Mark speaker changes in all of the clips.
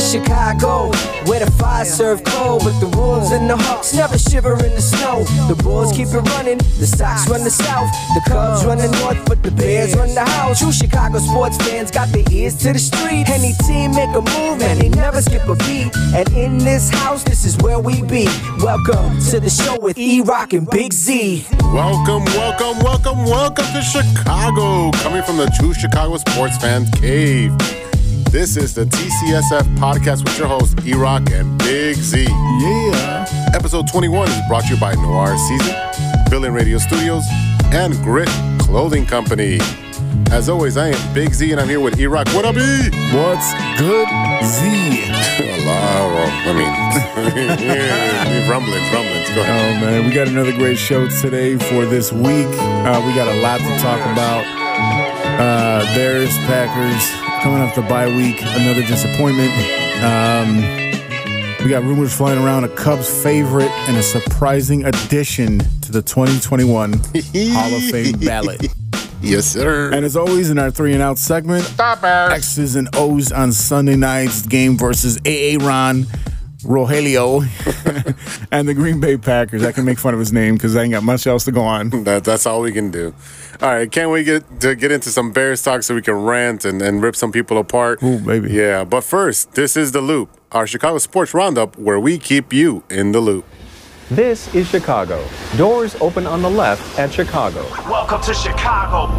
Speaker 1: Chicago, where the fire serve cold, but the wolves and the hawks never shiver in the snow. The bulls keep it running, the Sox run the south, the Cubs run the north, but the Bears run the house. True Chicago sports fans got their ears to the street. Any team make a move and they never skip a beat. And in this house, this is where we be. Welcome to the show with E Rock and Big Z.
Speaker 2: Welcome, welcome, welcome, welcome to Chicago. Coming from the True Chicago Sports Fan Cave. This is the TCSF podcast with your hosts, E Rock and Big Z.
Speaker 3: Yeah.
Speaker 2: Episode 21 is brought to you by Noir Season, Villain Radio Studios, and Grit Clothing Company. As always, I am Big Z and I'm here with E Rock. What up, E?
Speaker 3: What's good, Z?
Speaker 2: Hello. I mean, rumblings, rumblings. Go
Speaker 3: Oh
Speaker 2: ahead.
Speaker 3: man, we got another great show today for this week. Uh, we got a lot to talk about. Uh, Bears, Packers coming off the bye week, another disappointment. Um, we got rumors flying around a Cubs favorite and a surprising addition to the 2021 Hall of Fame ballot.
Speaker 2: Yes, sir.
Speaker 3: And as always, in our three and out segment, X's and O's on Sunday nights game versus Aaron Rogelio and the Green Bay Packers. I can make fun of his name because I ain't got much else to go on.
Speaker 2: That, that's all we can do. All right, can't we get to get into some Bears talk so we can rant and, and rip some people apart?
Speaker 3: Ooh, baby.
Speaker 2: Yeah, but first, this is the Loop, our Chicago sports roundup, where we keep you in the loop.
Speaker 4: This is Chicago. Doors open on the left at Chicago.
Speaker 5: Welcome to Chicago.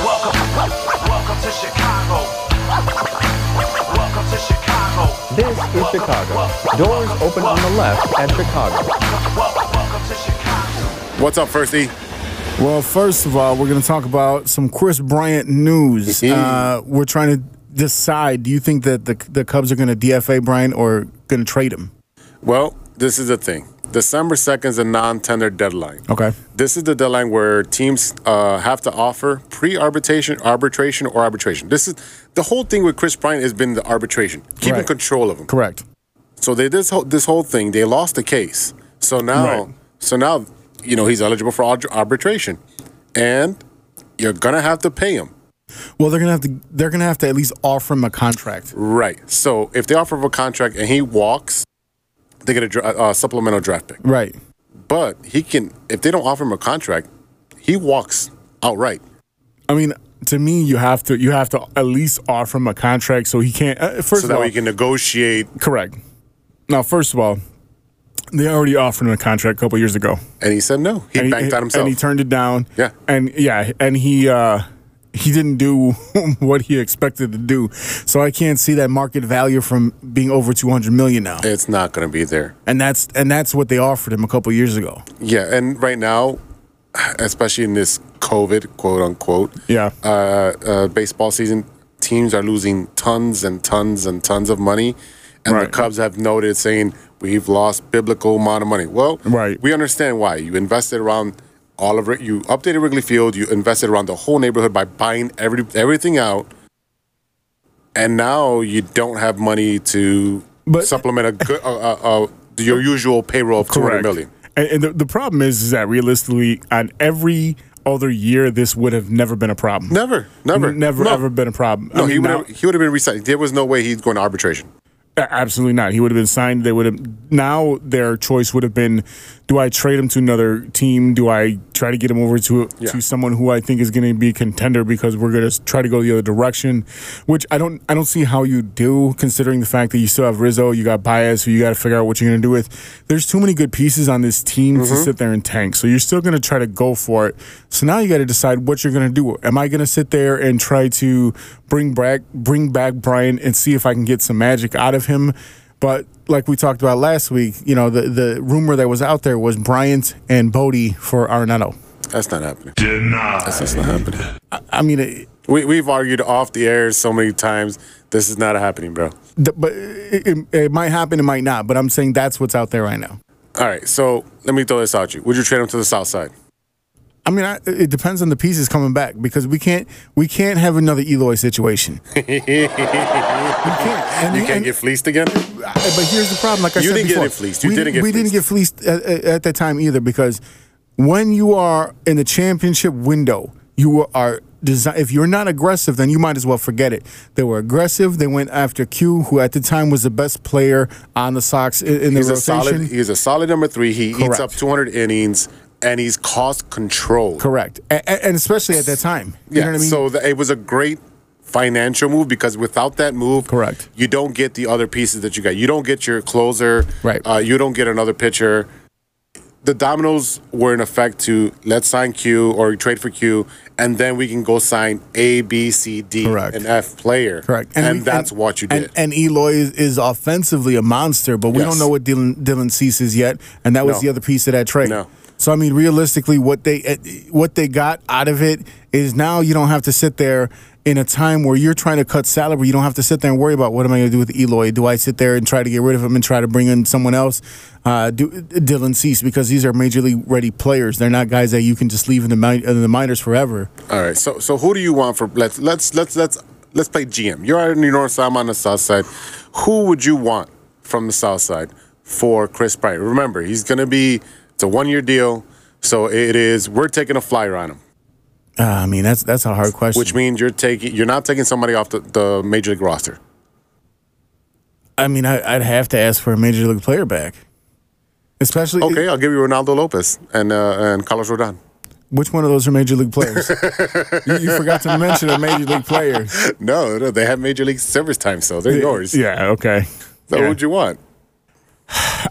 Speaker 5: Welcome, welcome to Chicago. Welcome to Chicago.
Speaker 4: This is Chicago. Doors open on the left at Chicago.
Speaker 5: Welcome, welcome to Chicago.
Speaker 2: What's up, first E?
Speaker 3: Well, first of all, we're going to talk about some Chris Bryant news. uh, we're trying to decide do you think that the, the Cubs are going to DFA Bryant or going to trade him?
Speaker 2: Well, this is the thing. December 2nd is a non-tender deadline.
Speaker 3: Okay.
Speaker 2: This is the deadline where teams uh, have to offer pre-arbitration, arbitration, or arbitration. This is the whole thing with Chris Bryant has been the arbitration, keeping
Speaker 3: Right.
Speaker 2: control of him.
Speaker 3: Correct.
Speaker 2: So they this whole this whole thing they lost the case. So now
Speaker 3: Right.
Speaker 2: so now you know he's eligible for arb- arbitration, and you're gonna have to pay him.
Speaker 3: Well, they're gonna have to. They're gonna have to at least offer him a contract.
Speaker 2: Right. So if they offer him a contract and he walks, they get a dra- uh, supplemental draft pick.
Speaker 3: Right.
Speaker 2: But he can if they don't offer him a contract, he walks outright.
Speaker 3: I mean, to me, you have to you have to at least offer him a contract so he can't. Uh, first
Speaker 2: So
Speaker 3: of
Speaker 2: that
Speaker 3: all,
Speaker 2: way he can negotiate
Speaker 3: correct. Now, first of all, they already offered him a contract a couple years ago,
Speaker 2: and he said no. He
Speaker 3: and
Speaker 2: banked
Speaker 3: he,
Speaker 2: on himself.
Speaker 3: and he turned it down.
Speaker 2: Yeah.
Speaker 3: and yeah, and he uh, he didn't do what he expected to do. So I can't see that market value from being over two hundred million now,
Speaker 2: it's not gonna be there.
Speaker 3: and that's and that's what they offered him a couple years ago.
Speaker 2: Yeah, and right now, especially in this COVID quote unquote,
Speaker 3: Yeah.
Speaker 2: uh, uh, baseball season, teams are losing tons and tons and tons of money, and the
Speaker 3: Right.
Speaker 2: Cubs have noted saying we've lost biblical amount of money. Well,
Speaker 3: Right.
Speaker 2: we understand why you invested around all of it. You updated Wrigley Field. You invested around the whole neighborhood by buying every everything out. And now you don't have money to
Speaker 3: But-
Speaker 2: supplement a good uh, uh, uh, your usual payroll of two hundred million.
Speaker 3: And, and the, the problem is, is that realistically, on every other year, this would have never been a problem.
Speaker 2: Never, never,
Speaker 3: N- never
Speaker 2: No.
Speaker 3: ever been a problem.
Speaker 2: No,
Speaker 3: I mean,
Speaker 2: he would
Speaker 3: now-
Speaker 2: have. He would have been resigned. There was no way he's going to arbitration.
Speaker 3: a- absolutely not. He would have been signed. They would have now. Their choice would have been: Do I trade him to another team? Do I try to get him over to
Speaker 2: Yeah.
Speaker 3: to someone who I think is going to be a contender because we're going to try to go the other direction? Which I don't. I don't see how you do, considering the fact that you still have Rizzo, you got Baez, who you got to figure out what you're going to do with. There's too many good pieces on this team to sit there and tank. So you're still going to try to go for it. So now you got to decide what you're going to do. Am I going to sit there and try to bring back bring back Brian and see if I can get some magic out of him? But like we talked about last week, you know, the, the rumor that was out there was Bryant and Bodie for Arnetto.
Speaker 2: That's not happening.
Speaker 6: Denied.
Speaker 2: That's not happening.
Speaker 3: I mean, it,
Speaker 2: We we've argued off the air so many times. This is not happening, bro.
Speaker 3: the, but it, it, it might happen, it might not. But I'm saying that's what's out there right now.
Speaker 2: All right, so let me throw this out you. Would you trade him to the South Side?
Speaker 3: I mean, I, it depends on the pieces coming back because we can't we can't have another Eloy situation. we can't. And-
Speaker 2: You can't
Speaker 3: and-
Speaker 2: get fleeced again.
Speaker 3: But here's the problem. Like I
Speaker 2: You
Speaker 3: said
Speaker 2: didn't get
Speaker 3: before,
Speaker 2: it fleeced. You
Speaker 3: we
Speaker 2: didn't get
Speaker 3: we didn't get fleeced at, at, at that time either because when you are in the championship window, you are desi- if you're not aggressive, then you might as well forget it. They were aggressive. They went after Q, who at the time was the best player on the Sox in, in the
Speaker 2: He's a
Speaker 3: rotation.
Speaker 2: solid. He's a solid number three. He eats
Speaker 3: Correct.
Speaker 2: up 200 innings, and he's cost control.
Speaker 3: Correct, a- a- and especially at that time. You
Speaker 2: Yeah.
Speaker 3: know what I mean?
Speaker 2: So the, it was a great financial move because without that move,
Speaker 3: Correct.
Speaker 2: you don't get the other pieces that you got. You don't get your closer.
Speaker 3: Right.
Speaker 2: Uh, you don't get another pitcher. The dominoes were in effect to let's sign Q or trade for Q, and then we can go sign A, B, C, D,
Speaker 3: Correct.
Speaker 2: and F player.
Speaker 3: Correct,
Speaker 2: And,
Speaker 3: we-
Speaker 2: that's what you did.
Speaker 3: And, and Eloy is, is offensively a monster, but we
Speaker 2: Yes.
Speaker 3: don't know what Dylan, Dylan Cease is yet, and that was
Speaker 2: No.
Speaker 3: the other piece of that trade.
Speaker 2: No.
Speaker 3: So I mean, realistically, what they eh, what they got out of it is now you don't have to sit there in a time where you're trying to cut salary. You don't have to sit there and worry about what am I going to do with Eloy? Do I sit there and try to get rid of him and try to bring in someone else, uh, do, Dylan Cease? Because these are major league ready players. They're not guys that you can just leave in the min- in the minors forever.
Speaker 2: All right. So so who do you want for let's let's let's let's let's play GM. You're in the north side, I'm on the south side. Who would you want from the south side for Chris Bryant? Remember, he's gonna be it's a one year deal, so it is we're taking a flyer on him.
Speaker 3: Uh, I mean, that's that's a hard question.
Speaker 2: Which means you're taking you're not taking somebody off the, the major league roster.
Speaker 3: I mean, I, I'd have to ask for a major league player back, especially.
Speaker 2: Okay, I'll give you Ronaldo Lopez and uh, and Carlos Rodon.
Speaker 3: Which one of those are major league players? you, you forgot to mention a major league player.
Speaker 2: No, no, they have major league service time, so they're yours.
Speaker 3: Yeah. Okay.
Speaker 2: So
Speaker 3: Yeah.
Speaker 2: who'd you want?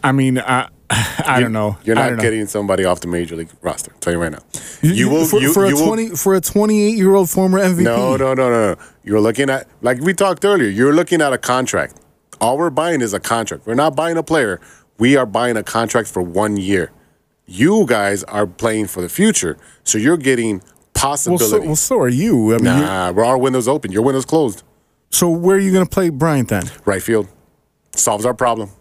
Speaker 3: I mean, I, I don't know.
Speaker 2: You're
Speaker 3: I
Speaker 2: not
Speaker 3: don't know.
Speaker 2: getting somebody off the major league roster. Tell you right now.
Speaker 3: You, you- for, for a
Speaker 2: you will-
Speaker 3: twenty for a twenty eight year old former MVP.
Speaker 2: No, no, no, no, no. You're looking at like we talked earlier. You're looking at a contract. All we're buying is a contract. We're not buying a player. We are buying a contract for one year. You guys are playing for the future, so you're getting
Speaker 3: Well,
Speaker 2: possibilities.
Speaker 3: so, well, so are you. I mean, you-
Speaker 2: nah, we're our windows open. Your windows closed.
Speaker 3: so where are you going to play Bryant then?
Speaker 2: Right field solves our problem.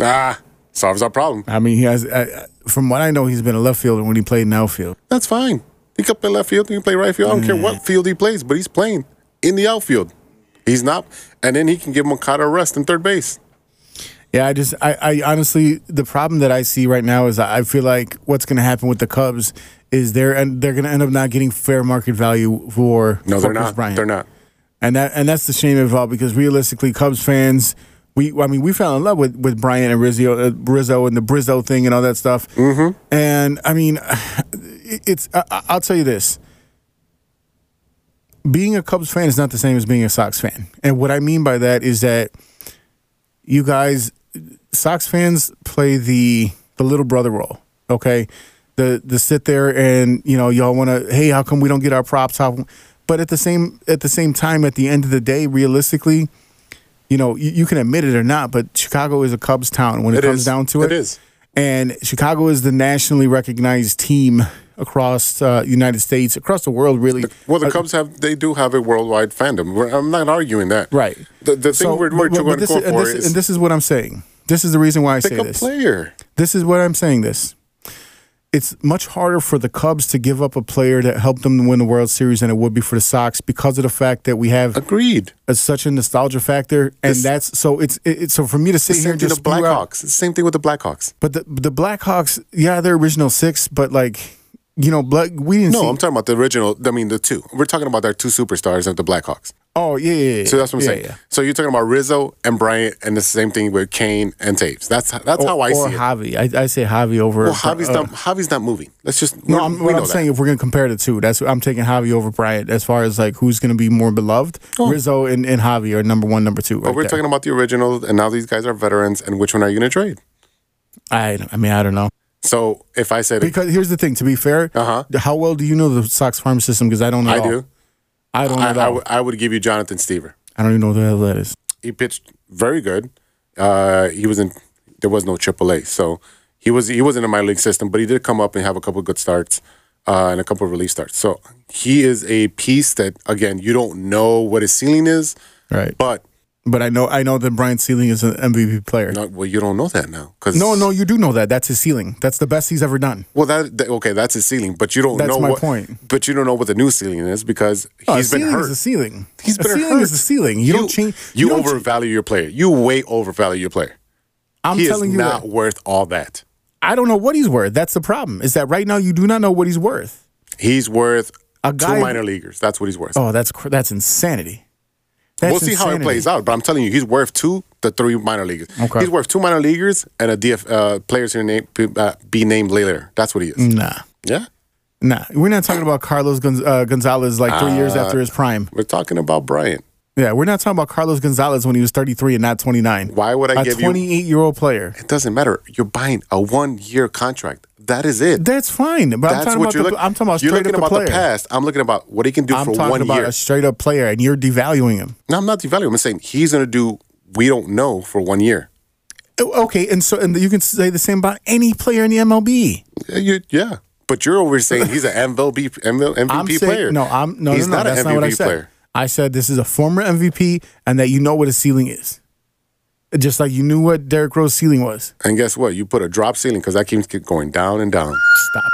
Speaker 2: Ah, solves our problem.
Speaker 3: I mean, he has. I, I- from what I know, he's been a left fielder when he played in outfield.
Speaker 2: That's fine. He can play left field. He can play right field. I don't care
Speaker 3: Mm.
Speaker 2: what field he plays, but he's playing in the outfield. He's not, and then he can give Moncada a rest in third base.
Speaker 3: Yeah, I just, I, I honestly, the problem that I see right now is I I feel like what's going to happen with the Cubs is they're and they're going to end up not getting fair market value for
Speaker 2: No,
Speaker 3: for
Speaker 2: they're
Speaker 3: Chris
Speaker 2: not.
Speaker 3: Bryant.
Speaker 2: They're not.
Speaker 3: and that and that's the shame of it all because realistically, Cubs fans, we I mean we fell in love with with Bryant and Rizzo, uh, Rizzo and the Brizzo thing and all that stuff. Mm-hmm. And I mean, it- it's I, I- I'll tell you this: being a Cubs fan is not the same as being a Sox fan. And what I mean by that is that you guys, Sox fans, play the the little brother role. Okay, the the sit there and you know y'all want to. Hey, how come we don't get our props? How, but at the same at the same time, at the end of the day, realistically, you know you, you can admit it or not, but Chicago is a Cubs town when it,
Speaker 2: It
Speaker 3: comes
Speaker 2: is.
Speaker 3: down to
Speaker 2: It
Speaker 3: it.
Speaker 2: is.
Speaker 3: And Chicago is the nationally recognized team across uh, United States, across the world, really.
Speaker 2: Well, the
Speaker 3: Uh,
Speaker 2: Cubs have they do have a worldwide fandom. We're, I'm not arguing that.
Speaker 3: Right.
Speaker 2: The, the thing we're, we're
Speaker 3: but- but- but
Speaker 2: going to
Speaker 3: this
Speaker 2: go
Speaker 3: is- and
Speaker 2: for
Speaker 3: this,
Speaker 2: is
Speaker 3: and this is what I'm saying. This is the reason why I
Speaker 2: pick
Speaker 3: say
Speaker 2: a
Speaker 3: this.
Speaker 2: player.
Speaker 3: This is what I'm saying. This. It's much harder for the Cubs to give up a player that helped them win the World Series than it would be for the Sox because of the fact that we have
Speaker 2: Agreed.
Speaker 3: a, such a nostalgia factor, and
Speaker 2: This-
Speaker 3: that's so it's it, it's- so for me to
Speaker 2: The
Speaker 3: sit here
Speaker 2: same
Speaker 3: and
Speaker 2: thing
Speaker 3: just
Speaker 2: with the
Speaker 3: spew out-
Speaker 2: Blackhawks. It's the same thing with the Blackhawks.
Speaker 3: but the the Blackhawks, yeah, they're original six, but like you know, black, we didn't.
Speaker 2: No,
Speaker 3: see,
Speaker 2: I'm talking about the original. I mean, the two. We're talking about their two superstars of the Blackhawks.
Speaker 3: Oh yeah, yeah, yeah.
Speaker 2: So that's what I'm
Speaker 3: yeah,
Speaker 2: saying.
Speaker 3: yeah.
Speaker 2: So you're talking about Rizzo and Bryant, and the same thing with Kane and Taves. That's that's how I
Speaker 3: or
Speaker 2: see it.
Speaker 3: Javi. I, I say Javi over.
Speaker 2: Well, Javi's
Speaker 3: uh,
Speaker 2: not Javi's not moving. Let's just
Speaker 3: No,
Speaker 2: we-
Speaker 3: I'm,
Speaker 2: we
Speaker 3: what
Speaker 2: know
Speaker 3: I'm
Speaker 2: that.
Speaker 3: saying, if we're gonna compare the two, that's I'm taking Javi over Bryant as far as like who's gonna be more beloved. Rizzo and, and Javi are number one, number two.
Speaker 2: But Oh. we're talking about the original, and now these guys are veterans. And which one are you going to trade?
Speaker 3: I I mean I don't know
Speaker 2: So if I said
Speaker 3: because here's the thing. To be fair,
Speaker 2: Uh-huh.
Speaker 3: how well do you know the Sox farm system? Because I don't. At
Speaker 2: I
Speaker 3: all.
Speaker 2: do.
Speaker 3: I don't know.
Speaker 2: I,
Speaker 3: at
Speaker 2: I,
Speaker 3: all.
Speaker 2: w- I would give you Jonathan Stever.
Speaker 3: I don't even know who the hell that is.
Speaker 2: He pitched very good. Uh, he was in there was no AAA, so he was he wasn't in my league system, but he did come up and have a couple of good starts uh, and a couple of relief starts. So he is a piece that again you don't know what his ceiling is,
Speaker 3: Right, but,
Speaker 2: but
Speaker 3: I know I know that Brian Sealing is an MVP player.
Speaker 2: not, well you don't know that now because
Speaker 3: No, no, you do know that. That's his ceiling. That's the best he's ever done.
Speaker 2: Well, that, that- okay, that's his ceiling, but you don't
Speaker 3: That's
Speaker 2: know
Speaker 3: my
Speaker 2: what,
Speaker 3: point.
Speaker 2: But you don't know what the new ceiling is because
Speaker 3: No, a
Speaker 2: he's been
Speaker 3: ceiling
Speaker 2: hurt.
Speaker 3: is a ceiling.
Speaker 2: He's
Speaker 3: a
Speaker 2: been
Speaker 3: ceiling
Speaker 2: hurt.
Speaker 3: is a ceiling. You, don't change.
Speaker 2: You,
Speaker 3: don't ch-
Speaker 2: overvalue your player. You way overvalue your player.
Speaker 3: I'm
Speaker 2: he
Speaker 3: telling
Speaker 2: is
Speaker 3: you
Speaker 2: not
Speaker 3: that.
Speaker 2: worth all that.
Speaker 3: I don't know what he's worth. That's the problem. Is that right now you do not know what he's worth.
Speaker 2: He's worth
Speaker 3: A guy-
Speaker 2: two minor leaguers. That's what he's worth.
Speaker 3: Oh, that's cr- that's insanity. That's
Speaker 2: we'll see how it
Speaker 3: insanity.
Speaker 2: plays out. But I'm telling you, he's worth two to three minor leaguers.
Speaker 3: Okay.
Speaker 2: He's worth two minor leaguers and a DF uh, players here name p- uh, be named later. That's what he is.
Speaker 3: Nah,
Speaker 2: Yeah,
Speaker 3: nah. We're not talking about Carlos Gonz- uh, Gonzalez like three
Speaker 2: Uh,
Speaker 3: years after his prime.
Speaker 2: we're talking about Bryant.
Speaker 3: Yeah, we're not talking about Carlos Gonzalez when he was 33 and not 29.
Speaker 2: Why would I
Speaker 3: a
Speaker 2: give you-
Speaker 3: 28 year old player?
Speaker 2: It doesn't matter. You're buying a one year contract. That is it.
Speaker 3: That's fine, but I'm
Speaker 2: That's
Speaker 3: talking,
Speaker 2: what
Speaker 3: about
Speaker 2: you're
Speaker 3: the,
Speaker 2: looking.
Speaker 3: I'm talking about
Speaker 2: you're
Speaker 3: straight
Speaker 2: looking
Speaker 3: up the
Speaker 2: about
Speaker 3: player.
Speaker 2: the past. I'm looking about what he can do
Speaker 3: I'm
Speaker 2: for
Speaker 3: talking
Speaker 2: one
Speaker 3: about
Speaker 2: year.
Speaker 3: a straight up player, and you're devaluing him.
Speaker 2: no, I'm not devaluing. I'm saying he's going to do. We don't know for one year.
Speaker 3: O- Oh, Okay, and so and you can say the same about any player in the MLB.
Speaker 2: Yeah, you- yeah. But you're over saying he's an MVP, MVP
Speaker 3: I'm saying
Speaker 2: player.
Speaker 3: no, I'm no,
Speaker 2: he's
Speaker 3: no, no,
Speaker 2: not
Speaker 3: that's
Speaker 2: an MVP
Speaker 3: not what I said.
Speaker 2: player.
Speaker 3: I said this is a former MVP, and that you know what his ceiling is, just like you knew what Derrick Rose's ceiling was.
Speaker 2: And guess what? You put a drop ceiling because that keeps going down and down.
Speaker 3: Stop it.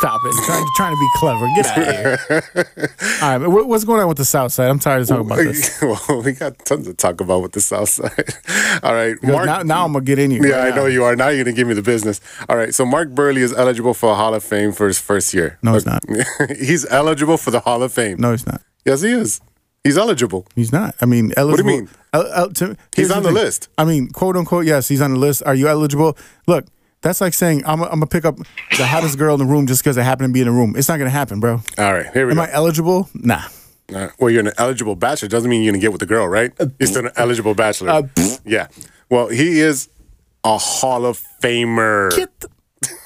Speaker 3: Stop it. Trying, trying to be clever. Get out of here. All right, but what- what's going on with the South Side? I'm tired of talking about this.
Speaker 2: well, we got tons to talk about with the South Side. All right,
Speaker 3: Because now, now I'm going to get in you.
Speaker 2: Yeah, I know you are. Now you're gonna give me the business. All right. So Mark Burley is eligible for a Hall of Fame for his first year.
Speaker 3: No, he's not.
Speaker 2: he's eligible for the Hall of Fame.
Speaker 3: No, he's not.
Speaker 2: Yes, he is. He's eligible.
Speaker 3: He's not. I mean, eligible.
Speaker 2: mean?
Speaker 3: El- el- to- here's
Speaker 2: on the
Speaker 3: thing.
Speaker 2: list.
Speaker 3: I mean, quote unquote, yes, he's on the list. Are you eligible? Look, that's like saying I'm going to pick up the hottest girl in the room just because I happen to be in the room. It's not going to happen, bro.
Speaker 2: All right. Here we
Speaker 3: Am
Speaker 2: go.
Speaker 3: I eligible? Nah.
Speaker 2: All right. Uh, well, you're an eligible bachelor. Doesn't mean you're gonna get with the girl, right? You're still an eligible bachelor.
Speaker 3: Uh,
Speaker 2: yeah. Well, he is a Hall of Famer.
Speaker 3: Get the-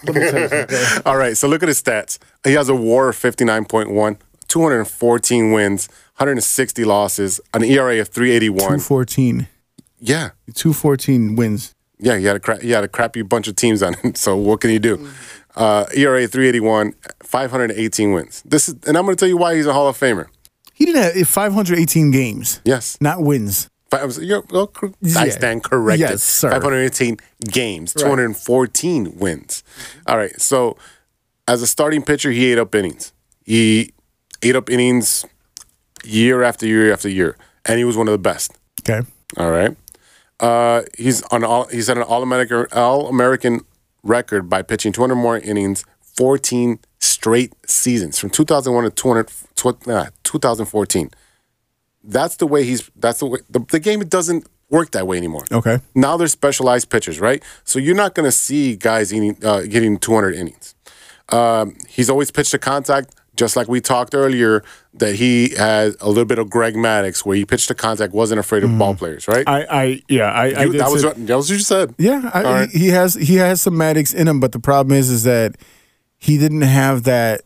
Speaker 3: Let me tell you something.
Speaker 2: All right, so look at his stats. He has a war of 59.1, 214 wins, 160 losses, an ERA of 381.
Speaker 3: 214.
Speaker 2: Yeah.
Speaker 3: 214 wins.
Speaker 2: Yeah, he had a cra- he had a crappy bunch of teams on him. So what can he
Speaker 3: Mm.
Speaker 2: do? Uh, ERA 381, 518 wins. This is and I'm going to tell you why he's a Hall of Famer.
Speaker 3: He didn't have 518 games,
Speaker 2: Yes.
Speaker 3: not wins.
Speaker 2: Fi- I was- you're- well, cor- I
Speaker 3: Yeah.
Speaker 2: stand corrected.
Speaker 3: Yes, sir.
Speaker 2: 518 games, 214 wins.
Speaker 3: Mm-hmm.
Speaker 2: All right. So, as a starting pitcher, he ate up innings. He ate up innings year after year after year, and he was one of the best.
Speaker 3: Okay.
Speaker 2: All right. Uh, he's on all. He's at an all American all American record by pitching 200 more innings, 14 straight seasons from 2001 to 200, tw- uh, 2014. That's the way he's. That's the way the, the game doesn't work that way anymore.
Speaker 3: Okay.
Speaker 2: Now they're specialized pitchers, right? So you're not going to see guys eating, uh, getting 200 innings. Um, he's always pitched to contact, just like we talked earlier that he had a little bit of Greg Maddox, where he pitched to contact, wasn't afraid of ball players, right?
Speaker 3: Mm-hmm. I, I yeah, I, I
Speaker 2: You-
Speaker 3: did
Speaker 2: that was
Speaker 3: say-
Speaker 2: what, that was what you said.
Speaker 3: Yeah, I,
Speaker 2: All right.
Speaker 3: he he has he has some Maddox in him, but the problem is is that he didn't have that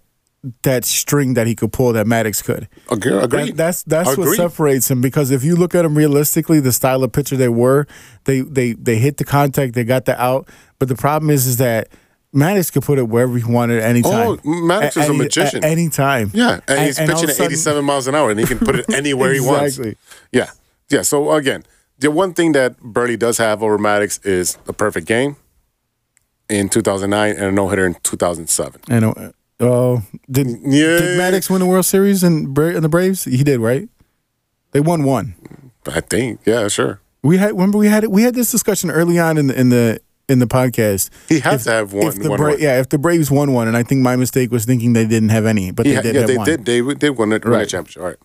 Speaker 3: that string that he could pull that Maddox could.
Speaker 2: Agree. agree.
Speaker 3: That- that's that's what
Speaker 2: Agree.
Speaker 3: separates him because if you look at him realistically, the style of pitcher they were, they they they hit the contact, they got the out. But the problem is is that Maddox could put it wherever he wanted at any time.
Speaker 2: Oh, Maddox
Speaker 3: At
Speaker 2: is a
Speaker 3: any-
Speaker 2: magician.
Speaker 3: At any time.
Speaker 2: Yeah, and, he's
Speaker 3: all
Speaker 2: pitching at
Speaker 3: of a sudden-
Speaker 2: 87 miles an hour, and he can put it anywhere he wants.
Speaker 3: Exactly.
Speaker 2: Yeah, yeah. So again, the one thing that Burley does have over Maddox is the perfect game in 2009 and a no hitter in 2007.
Speaker 3: And uh, oh, did,
Speaker 2: Yeah.
Speaker 3: did Maddox win the World Series and Bra- and the Braves? He did, right? They won one.
Speaker 2: I think. Yeah, sure.
Speaker 3: We had remember we had we had this discussion early on in the in the in the podcast.
Speaker 2: He has to have one.
Speaker 3: if the
Speaker 2: one
Speaker 3: Bra-
Speaker 2: win.
Speaker 3: yeah, if the Braves won one, and I think my mistake was thinking they didn't have any, but they
Speaker 2: yeah,
Speaker 3: did
Speaker 2: yeah,
Speaker 3: have
Speaker 2: they
Speaker 3: one.
Speaker 2: did. They did win the, win the
Speaker 3: Right.
Speaker 2: championship. All right,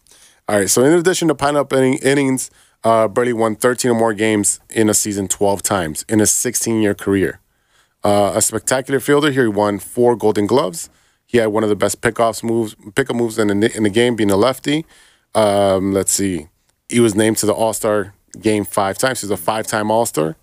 Speaker 2: all right. So in addition to pine up inning, innings, uh, Burley won 13 or more games in a season 12 times in his 16-year career. Uh, a spectacular fielder here. He won four Golden Gloves. He had one of the best pickoffs moves, pickup moves in the, in the game, being a lefty. Um, let's see. He was named to the All Star game five times. He's a five-time All Star.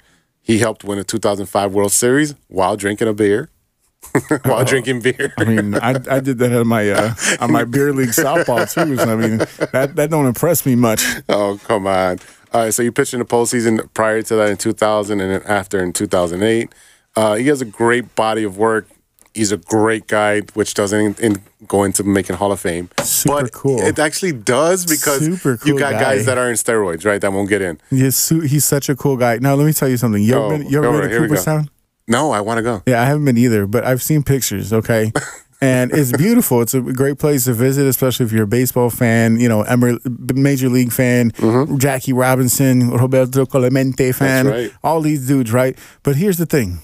Speaker 2: He helped win the 2005 World Series while drinking a beer. while
Speaker 3: Oh.
Speaker 2: drinking beer.
Speaker 3: I mean, I, I did that on my uh, on my beer league softball too. So I mean, that that don't impress me much.
Speaker 2: Oh, come on. All right, so you pitched in the postseason prior to that in 2000 and then after in 2008. Uh, he has a great body of work. He's a great guy, which doesn't in, go into making Hall of Fame.
Speaker 3: Super
Speaker 2: but
Speaker 3: cool.
Speaker 2: It actually does because
Speaker 3: Super
Speaker 2: you
Speaker 3: cool
Speaker 2: got
Speaker 3: guy.
Speaker 2: guys that are in steroids, right? That won't get in.
Speaker 3: He's su- he's such a cool guy. Now let me tell you something. You ever
Speaker 2: Oh,
Speaker 3: been, you ever
Speaker 2: all
Speaker 3: been
Speaker 2: right,
Speaker 3: to
Speaker 2: here we go.
Speaker 3: Cooperstown?
Speaker 2: No, I want to go.
Speaker 3: Yeah, I haven't been either, but I've seen pictures. Okay, and it's beautiful. It's a great place to visit, especially if you're a baseball fan. You know, Emer- major league fan, Jackie Robinson, Roberto Clemente fan.
Speaker 2: Mm-hmm. right.
Speaker 3: All these dudes, right? But here's the thing: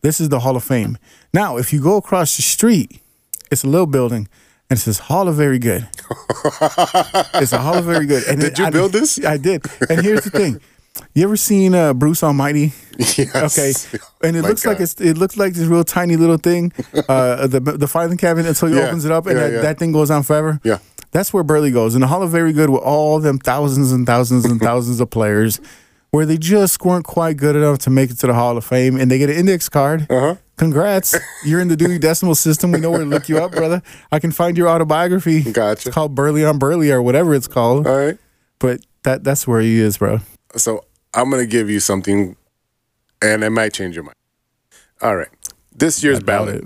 Speaker 3: this is the Hall of Fame. Now, if you go across the street It's a little building, and it says Hall of Very Good. it's a Hall of Very Good. And
Speaker 2: Did
Speaker 3: it-
Speaker 2: you
Speaker 3: I-
Speaker 2: build this?
Speaker 3: I did. And here's the thing. You ever seen uh, Bruce Almighty? Okay,
Speaker 2: Yes.
Speaker 3: and it
Speaker 2: My
Speaker 3: looks like
Speaker 2: God.
Speaker 3: it's it looks like this real tiny little thing, uh, the the filing cabinet until he
Speaker 2: Yeah,
Speaker 3: opens it up, and
Speaker 2: yeah,
Speaker 3: that,
Speaker 2: yeah.
Speaker 3: that thing goes on forever.
Speaker 2: Yeah.
Speaker 3: that's where Burley goes, and the Hall of Very Good with all them thousands and thousands and thousands of players, where they just weren't quite good enough to make it to the Hall of Fame, and they get an index card. Uh-huh. Congrats, you're in the Dewey Decimal System. We know where to look you up, brother. I can find your autobiography.
Speaker 2: Gotcha. Uh.
Speaker 3: It's called Burley on Burley or whatever it's called.
Speaker 2: All right.
Speaker 3: But that that's where he is, bro.
Speaker 2: So I'm gonna give you something, and it might change your mind. All right. This year's ballot.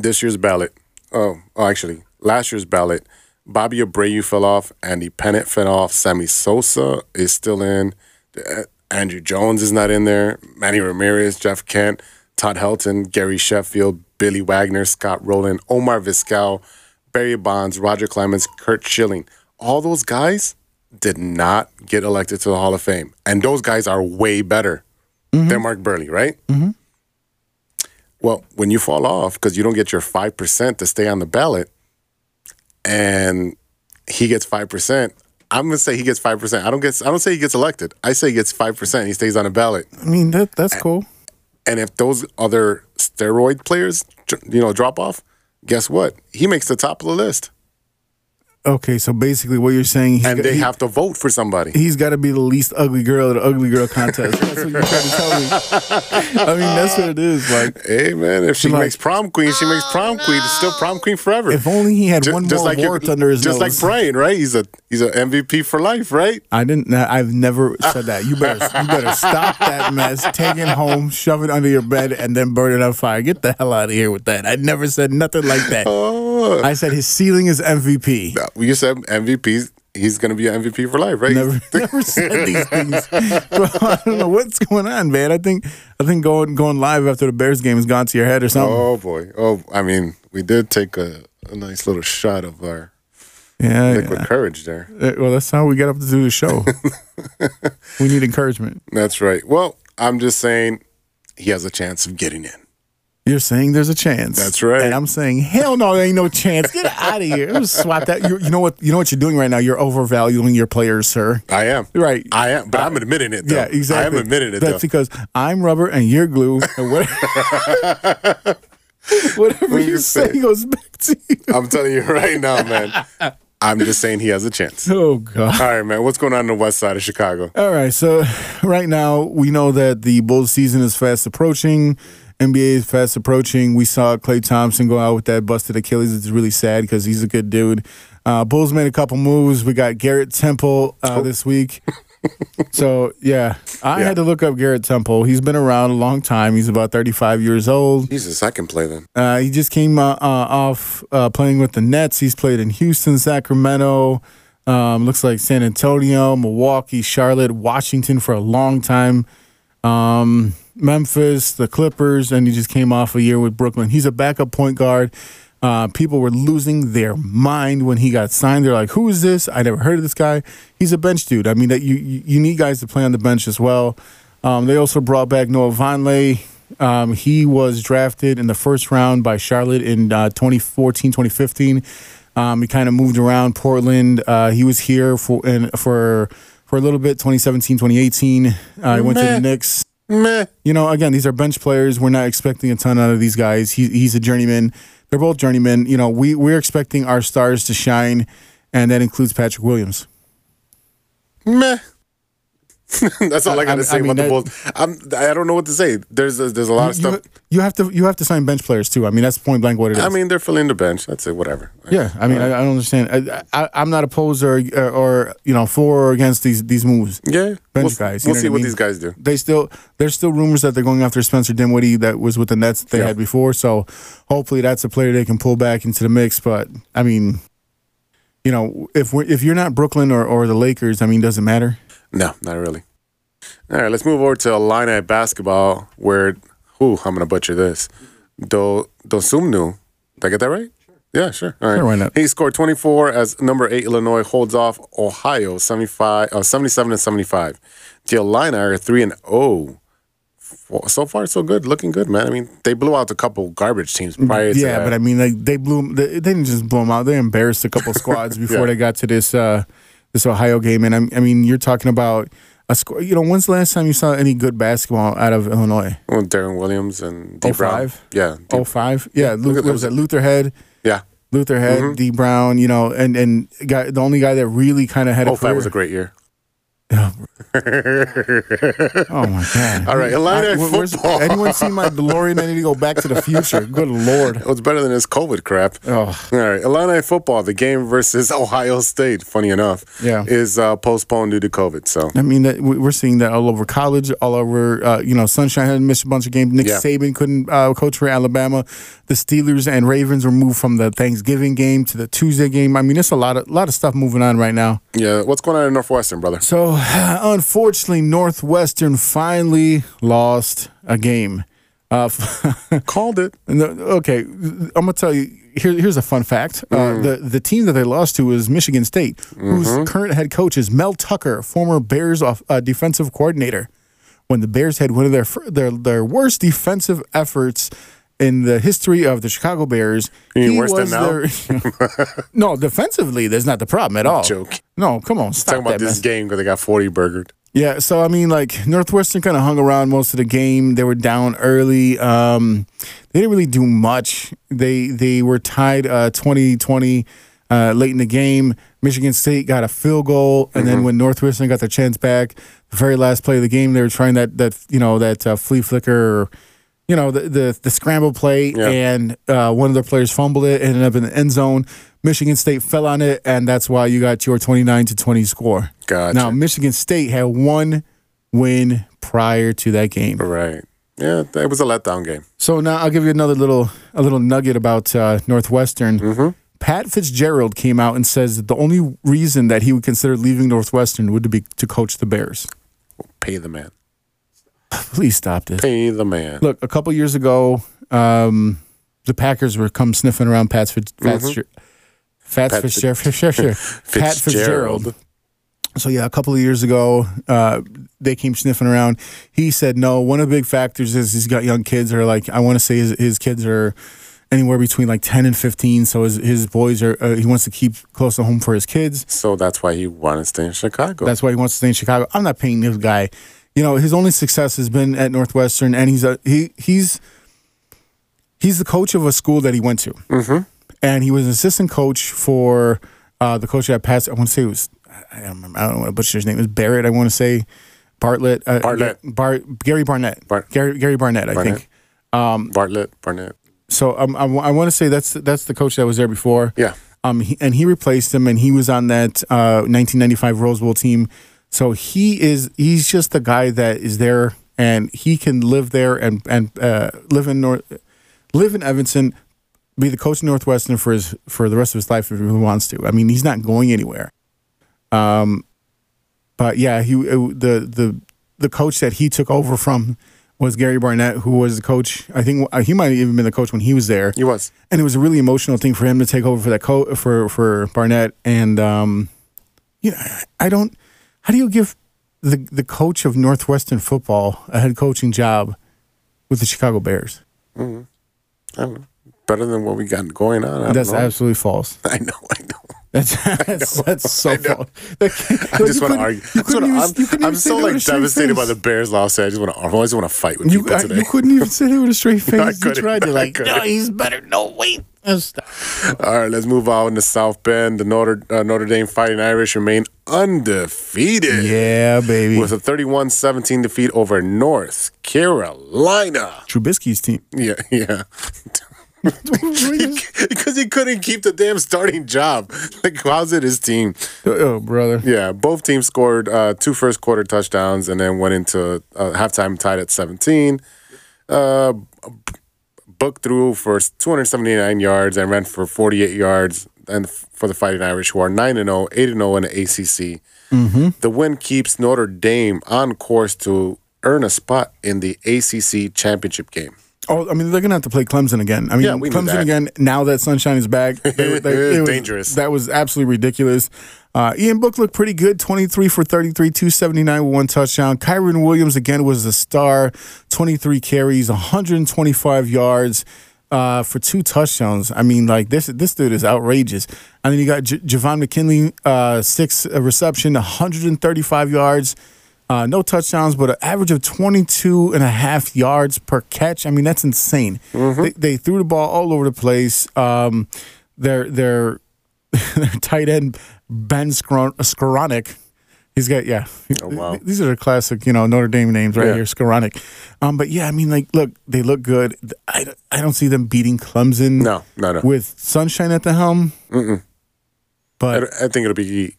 Speaker 2: This year's ballot. Oh, oh, actually, last year's ballot. Bobby Abreu fell off. Andy Pennant fell off. Sammy Sosa is still in. Uh, Andrew Jones is not in there. Manny Ramirez, Jeff Kent, Todd Helton, Gary Sheffield, Billy Wagner, Scott Rowland, Omar Vizquel, Barry Bonds, Roger Clemens, Kurt Schilling. All those guys did not get elected to the Hall of Fame. And those guys are way better than Mark Burley, right? Well, when you fall off because you don't get your 5% to stay on the ballot and he gets 5%, I'm going to say he gets 5%. I don't get I don't say he gets elected. I say he gets 5% and he stays on the ballot.
Speaker 3: I mean that that's cool.
Speaker 2: And if those other steroid players, dr- you know, drop off, guess what? He makes the top of the list
Speaker 3: Okay, so basically what you're saying, he's
Speaker 2: and
Speaker 3: got-
Speaker 2: they
Speaker 3: he-
Speaker 2: have to vote for somebody.
Speaker 3: he's got to be the least ugly girl at the ugly girl contest. That's what you're trying to tell me. I mean, that's what it is. Like,
Speaker 2: Hey man, if she
Speaker 3: Like-
Speaker 2: makes prom queen, she makes prom queen. It's still prom queen forever.
Speaker 3: if only he had
Speaker 2: Ju-
Speaker 3: one
Speaker 2: just
Speaker 3: more
Speaker 2: like your-
Speaker 3: wart under his
Speaker 2: just
Speaker 3: nose.
Speaker 2: like Brian, right? He's a he's a MVP for life, right?
Speaker 3: I didn't. nah, I've never said that. You better, you better stop that mess. Take it home, shove it under your bed, and then burn it on fire. Get the hell out of here with that. I never said nothing like that.
Speaker 2: Oh.
Speaker 3: I said his ceiling is MVP.
Speaker 2: Uh, You said MVP. He's gonna be an MVP for life, right?
Speaker 3: Never, never said these things. Bro, I don't know what's going on, man. I think, I think going going live after the Bears game has gone to your head or something.
Speaker 2: Oh boy. Oh, I mean, we did take a, a nice little shot of our
Speaker 3: yeah, yeah.
Speaker 2: liquid courage there.
Speaker 3: Uh, Well, that's how we get up to do the show. we need encouragement.
Speaker 2: That's right. Well, I'm just saying, he has a chance of getting in.
Speaker 3: You're saying there's a chance.
Speaker 2: That's right.
Speaker 3: And I'm saying, hell no, there ain't no chance. Get out of here. Swap that. You, you know what? You know what you're doing right now. You're overvaluing your players, sir.
Speaker 2: I am.
Speaker 3: Right.
Speaker 2: I am. But I'm admitting it. Though.
Speaker 3: Yeah, exactly.
Speaker 2: I am admitting it.
Speaker 3: That's
Speaker 2: though.
Speaker 3: because I'm rubber and you're glue, and whatever, whatever
Speaker 2: What
Speaker 3: you
Speaker 2: you
Speaker 3: say
Speaker 2: say.
Speaker 3: goes back to you.
Speaker 2: I'm telling you right now, man. I'm just saying he has a chance.
Speaker 3: Oh God.
Speaker 2: All right, man. What's going on in the west side of Chicago?
Speaker 3: All right, so right now we know that the Bulls season is fast approaching. NBA is fast approaching. We saw Klay Thompson go out with that busted Achilles. It's really sad because he's a good dude. Uh, Bulls made a couple moves. We got Garrett Temple uh, this week. so, yeah, I
Speaker 2: Yeah.
Speaker 3: had to look up Garrett Temple. He's been around a long time. He's about 35 years old.
Speaker 2: Jesus, I can play then.
Speaker 3: Uh, he just came uh, uh, off uh, playing with the Nets. He's played in Houston, Sacramento, um, looks like San Antonio, Milwaukee, Charlotte, Washington for a long time, um, Memphis, the Clippers, and he just came off a year with Brooklyn. He's a backup point guard. Uh, people were losing their mind when he got signed. They're like, "Who is this? I never heard of this guy." He's a bench dude. I mean, that you you you need guys to play on the bench as well. Um, they also brought back Noah Vonleh. Um, he was drafted in the first round by Charlotte in uh, 2014, 2015. Um, he kind of moved around Portland. Uh, he was here for and for for a little bit, 2017, 2018. Uh, he went to the
Speaker 2: Meh.
Speaker 3: Knicks.
Speaker 2: Meh.
Speaker 3: You know, again, these are bench players. We're not expecting a ton out of these guys. He, he's a journeyman. They're both journeymen. You know, we we're expecting our stars to shine, and that includes Patrick Williams.
Speaker 2: Meh. That's all I,
Speaker 3: I-
Speaker 2: got to
Speaker 3: I
Speaker 2: say
Speaker 3: mean,
Speaker 2: about the
Speaker 3: that-
Speaker 2: Bulls. I'm, I don't know what to say. There's a, there's a lot of
Speaker 3: You,
Speaker 2: stuff.
Speaker 3: you have to you have to sign bench players too. I mean, that's point blank what it is.
Speaker 2: I mean, they're filling the bench. That's it. Whatever.
Speaker 3: Yeah, I mean, I, I don't understand. I, I, I'm not opposed or, or you know for or against these these moves.
Speaker 2: Yeah.
Speaker 3: bench
Speaker 2: We'll,
Speaker 3: guys. you
Speaker 2: We'll
Speaker 3: know
Speaker 2: see
Speaker 3: I
Speaker 2: what
Speaker 3: mean?
Speaker 2: these guys do.
Speaker 3: They still there's still rumors that they're going after Spencer Dinwiddie that was with the Nets that they
Speaker 2: Yeah.
Speaker 3: had before. So hopefully that's a player they can pull back into the mix. But I mean, you know, if we're, if you're not Brooklyn or, or the Lakers, I mean, does it matter?
Speaker 2: No, not really. All right, let's move over to Illini basketball, where who I'm gonna butcher this. Do Dosumnu, did I get that right? Yeah, sure. All right.
Speaker 3: Sure, why not?
Speaker 2: He scored 24 as number eight Illinois holds off Ohio 75, uh, 77 and 75. The Illini are three and 0 Well, so far, so good. Looking good, man. I mean, they blew out a couple garbage teams prior to
Speaker 3: yeah,
Speaker 2: that.
Speaker 3: but I mean, like they blew. 'em- They, they didn't just blow them out. They embarrassed a couple squads before
Speaker 2: Yeah.
Speaker 3: they got to this uh, this Ohio game. And I, I mean, you're talking about a score. You know, when's the last time you saw any good basketball out of Illinois?
Speaker 2: Well, Darren Williams and D. Brown.
Speaker 3: 05?
Speaker 2: Yeah. D-
Speaker 3: Oh five. Yeah, Lu-
Speaker 2: at
Speaker 3: what was
Speaker 2: those.
Speaker 3: that Luther Head?
Speaker 2: Yeah.
Speaker 3: Luther Head,
Speaker 2: Mm-hmm.
Speaker 3: D Brown. You know, and and guy, the only guy that really kind of had a
Speaker 2: Oh, that
Speaker 3: career.
Speaker 2: was a great year.
Speaker 3: oh my god.
Speaker 2: All right, Illini
Speaker 3: where- where's-
Speaker 2: football.
Speaker 3: Anyone seen my DeLorean? I need to go back to the future. Good lord.
Speaker 2: It was better than his COVID crap.
Speaker 3: Oh.
Speaker 2: All right. Illini football, the game versus Ohio State, funny enough,
Speaker 3: Yeah.
Speaker 2: is uh, postponed due to COVID. So,
Speaker 3: I mean, that we- we're seeing that all over college, all over. Uh, you know, Sunshine had missed a bunch of games. Nick
Speaker 2: Yeah.
Speaker 3: Saban couldn't uh, coach for Alabama. The Steelers and Ravens were moved from the Thanksgiving game to the Tuesday game. I mean, it's a lot of lot of stuff moving on right now.
Speaker 2: yeah, what's going on in Northwestern, brother?
Speaker 3: So, unfortunately, Northwestern finally lost a game. Uh,
Speaker 2: Called it.
Speaker 3: no, okay, I'm gonna tell you. Here, here's a fun fact.
Speaker 2: Hmm.
Speaker 3: Uh, the the team that they lost to was Michigan State,
Speaker 2: Mm-hmm.
Speaker 3: whose current head coach is Mel Tucker, former Bears off, uh, defensive coordinator. When the Bears had one of their fir- their their worst defensive efforts in the history of the Chicago Bears,
Speaker 2: You mean worse than now?
Speaker 3: their- no, defensively, that's not the problem at all.
Speaker 2: Joke.
Speaker 3: No, come on, stop
Speaker 2: Talking about
Speaker 3: that,
Speaker 2: this
Speaker 3: man.
Speaker 2: game because they got 40 burgered.
Speaker 3: Yeah, so I mean, like Northwestern kind of hung around most of the game. They were down early. Um, they didn't really do much. They they were tied uh, 20-20 uh, late in the game. Michigan State got a field goal, and
Speaker 2: Mm-hmm.
Speaker 3: then when Northwestern got their chance back, the very last play of the game, they were trying that that you know that uh, flea flicker, or, you know the the, the scramble play,
Speaker 2: Yeah.
Speaker 3: and uh, one of their players fumbled it, ended up in the end zone. Michigan State fell on it, and that's why you got your twenty nine to twenty score.
Speaker 2: Gotcha.
Speaker 3: Now Michigan State had one win prior to that game.
Speaker 2: Right. Yeah, that was a letdown game.
Speaker 3: So now I'll give you another little a little nugget about uh, Northwestern. Pat Fitzgerald came out and says that the only reason that he would consider leaving Northwestern would be to coach the Bears.
Speaker 2: Pay the man.
Speaker 3: Please stop this.
Speaker 2: Pay the man.
Speaker 3: Look, a couple years ago, um, the Packers were come sniffing around Pat's Fitz, Pat's, Fats
Speaker 2: Pat
Speaker 3: Fitzgerald, Fitzgerald. Pat Fitzgerald. So yeah, a couple of years ago, uh, they came sniffing around. He said no. One of the big factors is he's got young kids, or like I want to say his, his kids are anywhere between like ten and fifteen. So his his boys are uh, he wants to keep close to home for his kids.
Speaker 2: So that's why he wanted to stay in Chicago.
Speaker 3: That's why he wants to stay in Chicago. I'm not paying this guy. You know, his only success has been at Northwestern, and he's a he he's he's the coach of a school that he went to, mm-hmm. and he was an assistant coach for uh, the coach that passed. I want to say it was I don't remember. I don't want to butcher his name. It was Barrett. I want to say Bartlett. Uh,
Speaker 2: Bartlett.
Speaker 3: Bar, Gary Barnett.
Speaker 2: Bar-
Speaker 3: Gary Gary Barnett. I
Speaker 2: Barnett.
Speaker 3: think.
Speaker 2: Bartlett, Barnett.
Speaker 3: So um, I, I want to say that's that's the coach that was there before.
Speaker 2: Yeah.
Speaker 3: Um, he, and he replaced him, and he was on that uh, 1995 Rose Bowl team. So he is he's just the guy that is there, and he can live there and and uh, live in North, live in Evanston, be the coach of Northwestern for his for the rest of his life if he wants to. I mean, he's not going anywhere. Um, but yeah, he it- the the the coach that he took over from was Gary Barnett, who was the coach. I think uh, he might have even been the coach when he was there
Speaker 2: He was.
Speaker 3: and it was a really emotional thing for him to take over for that co- for for Barnett and um you know I don't how do you give the the coach of Northwestern football a head coaching job with the Chicago Bears
Speaker 2: I don't know. Better than what we got going on. I
Speaker 3: that's
Speaker 2: don't know.
Speaker 3: absolutely false
Speaker 2: I know, I know.
Speaker 3: that's that's, that's so false
Speaker 2: I just want to argue. I just wanna- I'm, I'm so like devastated by the Bears loss. I just want to. I always want to fight with
Speaker 3: you,
Speaker 2: people
Speaker 3: I-
Speaker 2: today.
Speaker 3: you couldn't even sit there with a straight face.
Speaker 2: I
Speaker 3: you
Speaker 2: couldn't.
Speaker 3: tried to
Speaker 2: I
Speaker 3: like,
Speaker 2: couldn't.
Speaker 3: no, he's better. No, wait. Oh, stop.
Speaker 2: All right, let's move on to South Bend. The Notre uh, Notre Dame Fighting Irish remain undefeated
Speaker 3: Yeah, baby.
Speaker 2: with a 31-17 defeat over North Carolina.
Speaker 3: Trubisky's team.
Speaker 2: Yeah, yeah. Because he couldn't keep the damn starting job. Like, how's it his team?
Speaker 3: oh, brother.
Speaker 2: Yeah, both teams scored uh, two first quarter touchdowns and then went into uh, halftime tied at 17. Uh, Book threw for 279 yards and ran for 48 yards and f- for the Fighting Irish, who are oh, 9 0, 8 0 in the ACC. The win keeps Notre Dame on course to earn a spot in the ACC championship game.
Speaker 3: Oh, I mean, they're gonna have to play Clemson again. I mean,
Speaker 2: Yeah, we knew
Speaker 3: Clemson
Speaker 2: that.
Speaker 3: again. Now that Sunshine is back, they were- they-
Speaker 2: It was dangerous.
Speaker 3: That was absolutely ridiculous. Uh, Ian Book looked pretty good, twenty three for thirty three, two seventy nine with one touchdown. Kyron Williams again was the star, twenty three carries, one hundred and twenty five yards. Uh, for two touchdowns, I mean, like this this dude is outrageous. And then you got J- Javon McKinley, uh, six uh, reception, 135 yards, uh, no touchdowns, but an average of 22 and a half yards per catch. I mean, that's insane. They, they threw the ball all over the place. Um, their their their tight end Ben Skoron- Skoranek. He's got yeah.
Speaker 2: Oh, wow.
Speaker 3: These are the classic, you know, Notre Dame names right
Speaker 2: Yeah.
Speaker 3: here, Skoranek. Um, but yeah, I mean, like, look, they look good. I, I don't see them beating Clemson.
Speaker 2: No, no, no.
Speaker 3: With Sunshine at the helm. Mm-mm.
Speaker 2: I,
Speaker 3: But
Speaker 2: I think it'll be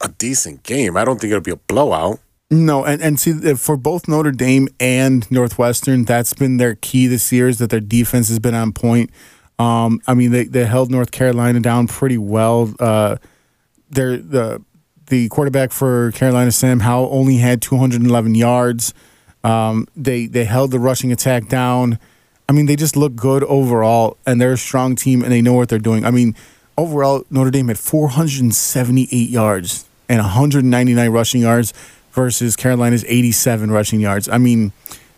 Speaker 2: a decent game. I don't think it'll be a blowout.
Speaker 3: No, and, and see, uh, for both Notre Dame and Northwestern, that's been their key this year is that their defense has been on point. Um, I mean, they, they held North Carolina down pretty well. Uh, their the the quarterback for Carolina, Sam Howell, only had 211 yards. Um, they they held the rushing attack down. I mean, they just look good overall, and they're a strong team, and they know what they're doing. I mean, overall, Notre Dame had 478 yards and 199 rushing yards versus Carolina's 87 rushing yards. I mean,